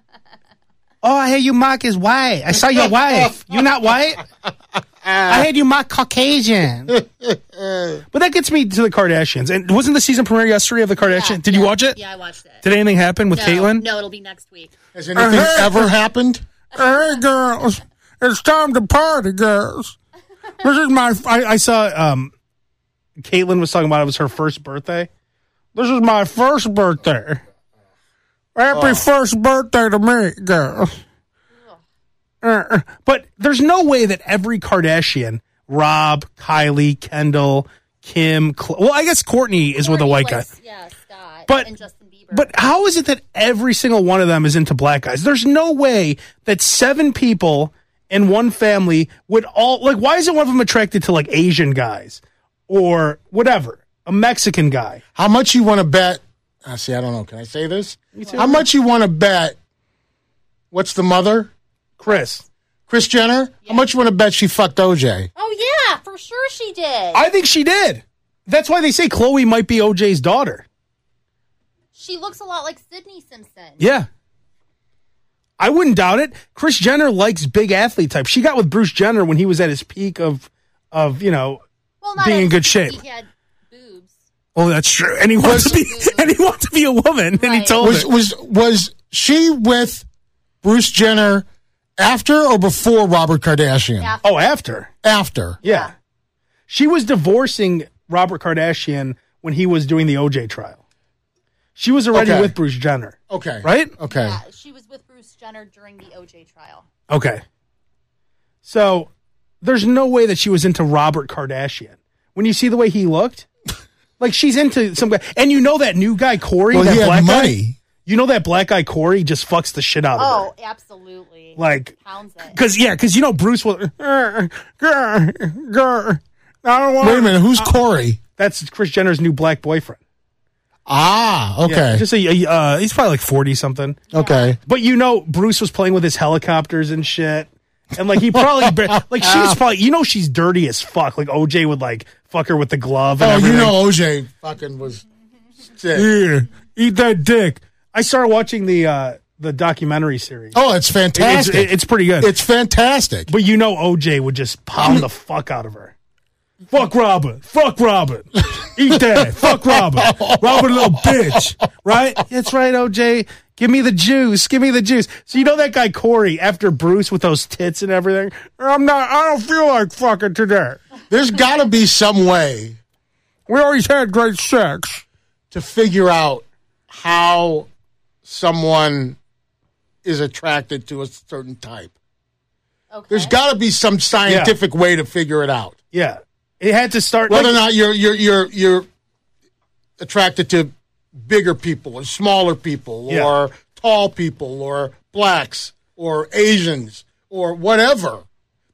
Speaker 4: Oh, I hear you mock is white. I saw your wife. You not white?
Speaker 6: Ah.
Speaker 4: I heard you mock Caucasian.
Speaker 1: But that gets me to the Kardashians. And wasn't the season premiere yesterday of the Kardashians?
Speaker 6: Yeah,
Speaker 1: Did you
Speaker 6: yeah,
Speaker 1: watch it?
Speaker 6: Yeah, I watched it.
Speaker 1: Did anything happen with
Speaker 6: no,
Speaker 1: Caitlyn?
Speaker 6: No, it'll be next week.
Speaker 2: Has anything ever happened?
Speaker 4: Hey, girls. It's time to party, girls.
Speaker 1: This is my. I, I saw. Um, Caitlyn was talking about it was her first birthday. This is my first birthday.
Speaker 4: Happy first birthday to me, girls.
Speaker 1: Uh, But there's no way that every Kardashian, Rob, Kylie, Kendall, Kim, Cl- well, I guess Courtney is with a
Speaker 6: Courtney
Speaker 1: white guy.
Speaker 6: plays- Yeah, Scott
Speaker 1: But-
Speaker 6: and Justin Bieber.
Speaker 1: But how is it that every single one of them is into black guys? There's no way that seven people in one family would all like. Why isn't one of them attracted to like Asian guys or whatever, a Mexican guy?
Speaker 2: How much you want to bet? I see. I don't know. Can I say this? How much you want to bet? What's the mother?
Speaker 1: Chris,
Speaker 2: Chris Jenner. How much you want to bet she fucked OJ?
Speaker 6: oh yeah, for sure she did.
Speaker 1: I think she did. That's why they say Chloe might be OJ's daughter.
Speaker 6: she looks a lot like Sydney Simpson.
Speaker 1: Yeah, I wouldn't doubt it. Chris Jenner likes big athlete type. She got with Bruce Jenner when he was at his peak of of you know.
Speaker 6: Well, not
Speaker 1: Being in
Speaker 6: as-
Speaker 1: good shape.
Speaker 6: He had boobs.
Speaker 1: Oh, that's true. And he wants to be and he wants to be a woman. And he
Speaker 6: Right.
Speaker 1: told
Speaker 2: Was
Speaker 1: her.
Speaker 2: was was she with Bruce Jenner after or before Robert Kardashian?
Speaker 6: Yeah.
Speaker 1: Oh, after
Speaker 2: After.
Speaker 1: yeah, she was divorcing Robert Kardashian when he was doing the OJ trial. She was already
Speaker 2: Okay.
Speaker 1: with Bruce Jenner.
Speaker 2: Okay.
Speaker 1: Right?
Speaker 2: Okay.
Speaker 6: Yeah, she was with Bruce Jenner during the OJ trial.
Speaker 1: Okay. So there's no way that she was into Robert Kardashian. When you see the way he looked, like she's into some guy. And you know that new guy, Corey,
Speaker 2: Well,
Speaker 1: that
Speaker 2: he had
Speaker 1: black guy.
Speaker 2: money.
Speaker 1: You know that black guy, Corey, just fucks the shit out of her.
Speaker 6: Oh, absolutely.
Speaker 1: Like,
Speaker 6: Pounds it.
Speaker 1: because, yeah, because you know Bruce was. "Grr, grr, grr, I don't want
Speaker 2: Wait a minute. Who's
Speaker 6: Uh-huh.
Speaker 2: Corey?
Speaker 1: That's Chris Jenner's new black boyfriend.
Speaker 2: Ah. Okay.
Speaker 1: Yeah, Just a, a, uh, he's probably like 40 something.
Speaker 2: okay.
Speaker 1: But you know, Bruce was playing with his helicopters and shit. And like he probably ba- like she
Speaker 2: Ah.
Speaker 1: was probably you know she's dirty as fuck. Like OJ would like fuck her with the glove. And
Speaker 2: Oh,
Speaker 1: everything.
Speaker 2: you know OJ fucking was sick.
Speaker 1: Yeah, eat that dick. I started watching the uh the documentary series.
Speaker 2: Oh, it's
Speaker 1: it's,
Speaker 2: fantastic.
Speaker 1: it's pretty good.
Speaker 2: It's fantastic.
Speaker 1: but you know OJ would just pound the fuck out of her. Fuck Robert. Fuck Robert. Eat that. fuck Robert. Robert, little bitch. Right? That's right, OJ. Give me the juice. Give me the juice. So you know that guy Corey after Bruce with those tits and everything. I'm not. I don't feel like fucking today.
Speaker 2: There's got to be some way
Speaker 1: We always had great sex.
Speaker 2: to figure out how someone is attracted to a certain type.
Speaker 6: Okay.
Speaker 2: There's got to be some scientific way to figure it out.
Speaker 1: Yeah. It had to start.
Speaker 2: Whether or
Speaker 1: like-
Speaker 2: not you're you're you're you're attracted to bigger people or smaller people
Speaker 1: Yeah.
Speaker 2: or tall people or blacks or Asians or whatever.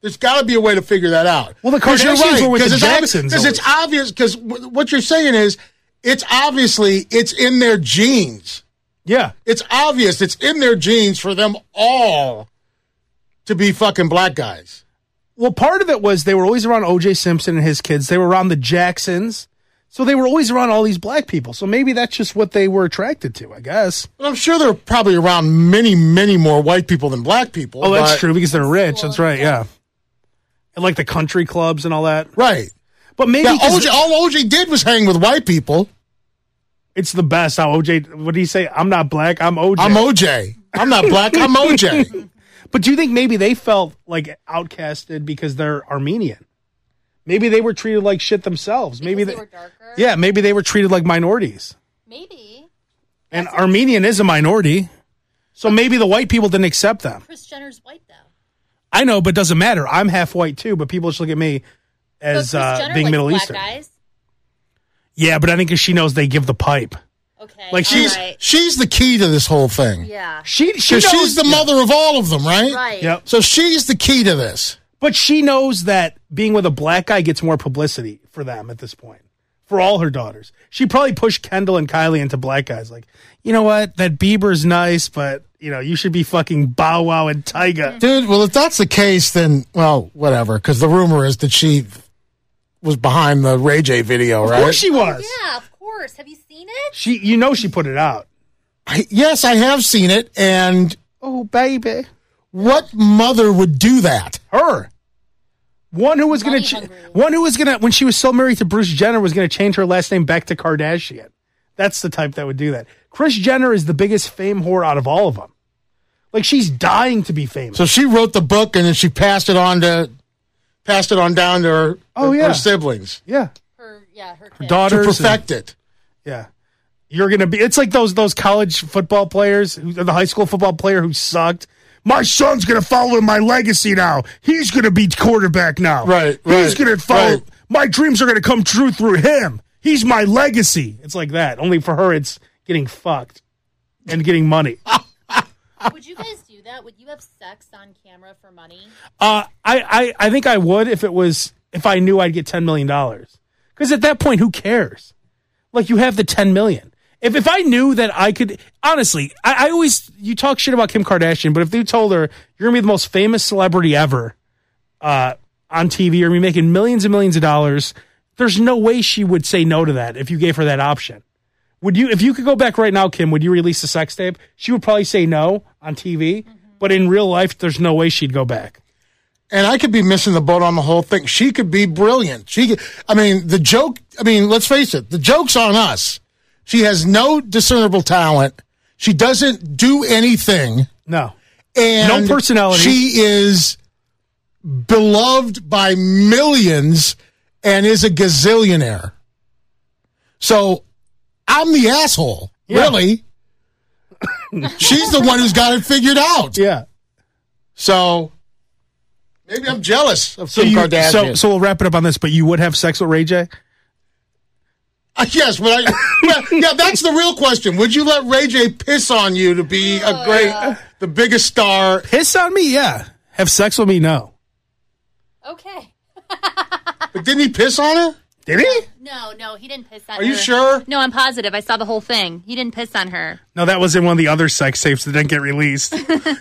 Speaker 2: There's got to be a way to figure that out.
Speaker 1: Well, the
Speaker 2: 'Cause you're
Speaker 1: Kardashians were with
Speaker 2: 'cause
Speaker 1: the
Speaker 2: it's obvi-
Speaker 1: Jacksons
Speaker 2: 'cause it's obvious. Because w- what you're saying is, it's obviously it's in their genes.
Speaker 1: yeah.
Speaker 2: It's obvious. It's in their genes for them all to be fucking black guys.
Speaker 1: Well, part of it was they were always around O.J. Simpson and his kids. They were around the Jacksons, so they were always around all these black people. So maybe that's just what they were attracted to, I guess.
Speaker 2: But I'm sure there are probably around many, many more white people than black people.
Speaker 1: Oh, that's
Speaker 2: but-
Speaker 1: true because they're rich. That's right. Yeah, and like the country clubs and all that.
Speaker 2: Right.
Speaker 1: But maybe
Speaker 2: Yeah,
Speaker 1: 'cause
Speaker 2: OJ, all OJ did was hang with white people.
Speaker 1: it's the best. How O.J. What did he say? I'm not black. I'm O.J.
Speaker 2: I'm OJ. I'm not black. I'm OJ.
Speaker 1: but do you think maybe they felt like outcasted because they're Armenian? Maybe they were treated like shit themselves. Maybe
Speaker 6: Because
Speaker 1: they,
Speaker 6: they were darker.
Speaker 1: yeah. Maybe they were treated like minorities.
Speaker 6: Maybe
Speaker 1: And Armenian is a minority. So maybe the white people didn't accept them.
Speaker 6: Chris Jenner's white though.
Speaker 1: I know, but it doesn't matter. I'm half white too, but people just look at me
Speaker 6: So
Speaker 1: as
Speaker 6: Kris
Speaker 1: uh,
Speaker 6: Jenner
Speaker 1: being
Speaker 6: likes
Speaker 1: Middle
Speaker 6: black
Speaker 1: Eastern.
Speaker 6: Guys.
Speaker 1: Yeah, but I think 'cause she knows they give the pipe.
Speaker 6: Okay.
Speaker 1: Like,
Speaker 6: all
Speaker 2: She's
Speaker 6: right.
Speaker 2: she's the key to this whole thing.
Speaker 6: yeah.
Speaker 1: She she
Speaker 2: 'Cause
Speaker 1: knows
Speaker 2: she's the mother of all of them, right?
Speaker 6: Right.
Speaker 1: Yep.
Speaker 2: So she's the key to this.
Speaker 1: But she knows that being with a black guy gets more publicity for them at this point. For all her daughters. She probably pushed Kendall and Kylie into black guys. Like, you know what? That Bieber's nice, but you know, you should be fucking Bow Wow and Tyga.
Speaker 2: Dude, well, if that's the case, then, well, whatever. Because the rumor is that she was behind the Ray J video,
Speaker 1: Of course she was.
Speaker 6: Oh, Yeah, of course. Have you seen it?
Speaker 1: She you know she put it out.
Speaker 2: I- yes, I have seen it. And
Speaker 1: Oh baby.
Speaker 2: what mother would do that?
Speaker 1: her. One who was going
Speaker 6: Money
Speaker 1: to,
Speaker 6: hungry.
Speaker 1: one who was going to, when she was still married to Bruce Jenner, was going to change her last name back to Kardashian. That's the type that would do that. Chris Jenner is the biggest fame whore out of all of them. Like she's dying to be famous.
Speaker 2: So she wrote the book and then she passed it on to passed it on down to her,
Speaker 1: Oh,
Speaker 2: her,
Speaker 1: yeah.
Speaker 2: her siblings
Speaker 1: yeah,
Speaker 6: Her yeah, her,
Speaker 1: her
Speaker 6: kid.
Speaker 1: daughters.
Speaker 2: to perfect it.
Speaker 1: and- yeah, you're going to be. It's like those those college football players, who, the high school football player who sucked. My son's going to follow in my legacy now. He's going to be quarterback now.
Speaker 2: Right,
Speaker 1: He's
Speaker 2: right,
Speaker 1: going to follow.
Speaker 2: right.
Speaker 1: My dreams are going to come true through him. He's my legacy. It's like that. Only for her, it's getting fucked and getting money.
Speaker 6: Would you guys do that? Would you have sex on camera for money?
Speaker 1: Uh, I, I, I think I would if it was if I knew I'd get ten million dollars. Because at that point, who cares? Like you have the ten million. If if I knew that I could honestly, I, I always you talk shit about Kim Kardashian, but if you told her you're gonna be the most famous celebrity ever uh, on TV, you're gonna be making millions and millions of dollars, there's no way she would say no to that if you gave her that option. Would you, if you could go back right now, Kim, would you release the sex tape? She would probably say no on TV. But in real life, there's no way she'd go back.
Speaker 2: and I could be missing the boat on the whole thing. She could be brilliant. She, could, I mean, the joke. I mean, let's face it, the joke's on us. She has no discernible talent. She doesn't do anything,
Speaker 1: No.
Speaker 2: and
Speaker 1: No personality.
Speaker 2: She is beloved by millions and is a gazillionaire. So, I'm the asshole, really. She's the one who's got it figured out.
Speaker 1: Yeah.
Speaker 2: So maybe I'm jealous of
Speaker 1: So,
Speaker 2: Kim
Speaker 1: you-
Speaker 2: Kardashian.
Speaker 1: so so we'll wrap it up on this. But you would have sex with Ray J?
Speaker 2: Uh, yes, but I, well, yeah, that's the real question. Would you let Ray J piss on you to be a great, the biggest star?
Speaker 1: Piss on me? Yeah. Have sex with me? No.
Speaker 3: Okay.
Speaker 2: But didn't he piss on her?
Speaker 1: Did he?
Speaker 3: No, no, he didn't piss on
Speaker 2: Are you sure?
Speaker 3: No, I'm positive. I saw the whole thing. He didn't piss on her.
Speaker 1: No, that was in one of the other sex tapes that didn't get released.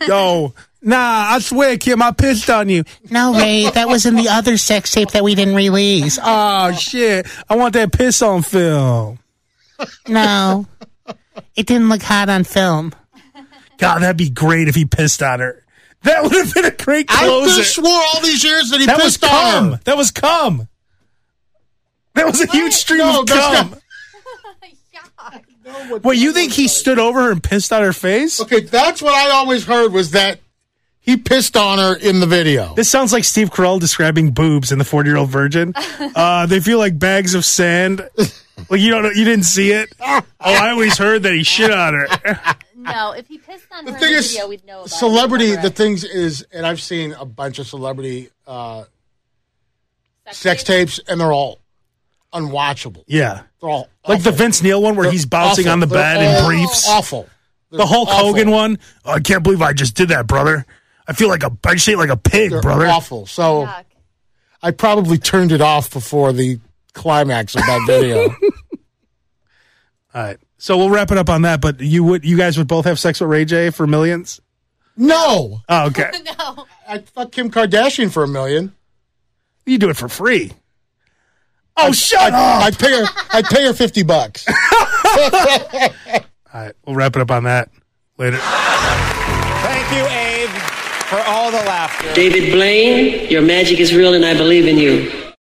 Speaker 1: Yo, nah, I swear, Kim, I pissed on you.
Speaker 4: No, Ray, that was in the other sex tape that we didn't release.
Speaker 1: Oh shit, I want that piss on film.
Speaker 4: No, it didn't look hot on film.
Speaker 1: God, that'd be great if he pissed on her. That would have been a great
Speaker 2: I
Speaker 1: closer.
Speaker 2: just swore all these years that he
Speaker 1: that was
Speaker 2: pissed on
Speaker 1: cum.
Speaker 2: her.
Speaker 1: That was cum. That was a huge stream
Speaker 2: No,
Speaker 1: of
Speaker 2: that's
Speaker 1: cum.
Speaker 2: not-
Speaker 1: Wait, you think he stood over her and pissed on her face?
Speaker 2: Okay, that's what I always heard was that he pissed on her in the video.
Speaker 1: This sounds like Steve Carell describing boobs in the forty-year-old virgin. Uh, they feel like bags of sand. Like you don't, know, you didn't see it. Oh, I always heard that he shit on her.
Speaker 3: No, if he pissed on
Speaker 2: the
Speaker 3: her
Speaker 2: thing
Speaker 3: in the
Speaker 2: is,
Speaker 3: video, we'd know about it.
Speaker 2: celebrity.
Speaker 3: Remember
Speaker 2: The
Speaker 3: it.
Speaker 2: things is, and I've seen a bunch of celebrity uh, sex tapes, and they're all unwatchable.
Speaker 1: Yeah,
Speaker 2: They're all
Speaker 1: like the
Speaker 2: awful.
Speaker 1: Vince Neil one where
Speaker 2: They're
Speaker 1: he's bouncing
Speaker 2: awful.
Speaker 1: on the
Speaker 2: They're
Speaker 1: bed in
Speaker 2: all
Speaker 1: briefs.
Speaker 2: Awful. They're
Speaker 1: The Hulk
Speaker 2: awful.
Speaker 1: Hogan one. Oh, I can't believe I just did that, brother. I feel like a I shit like a pig,
Speaker 2: They're
Speaker 1: brother.
Speaker 2: awful. So
Speaker 3: Fuck.
Speaker 2: I probably turned it off before the climax of that video.
Speaker 1: All right, so we'll wrap it up on that. But you would, you guys would both have sex with Ray J for millions?
Speaker 2: no,
Speaker 1: Oh, okay.
Speaker 3: No.
Speaker 2: I fuck Kim Kardashian for a million.
Speaker 1: you do it for free. Oh, shut up!
Speaker 2: I'd pay her. I'd pay her fifty bucks.
Speaker 1: All right, we'll wrap it up on that later.
Speaker 5: Thank you, Abe, for all the laughter.
Speaker 7: David Blaine, your magic is real and I believe in you.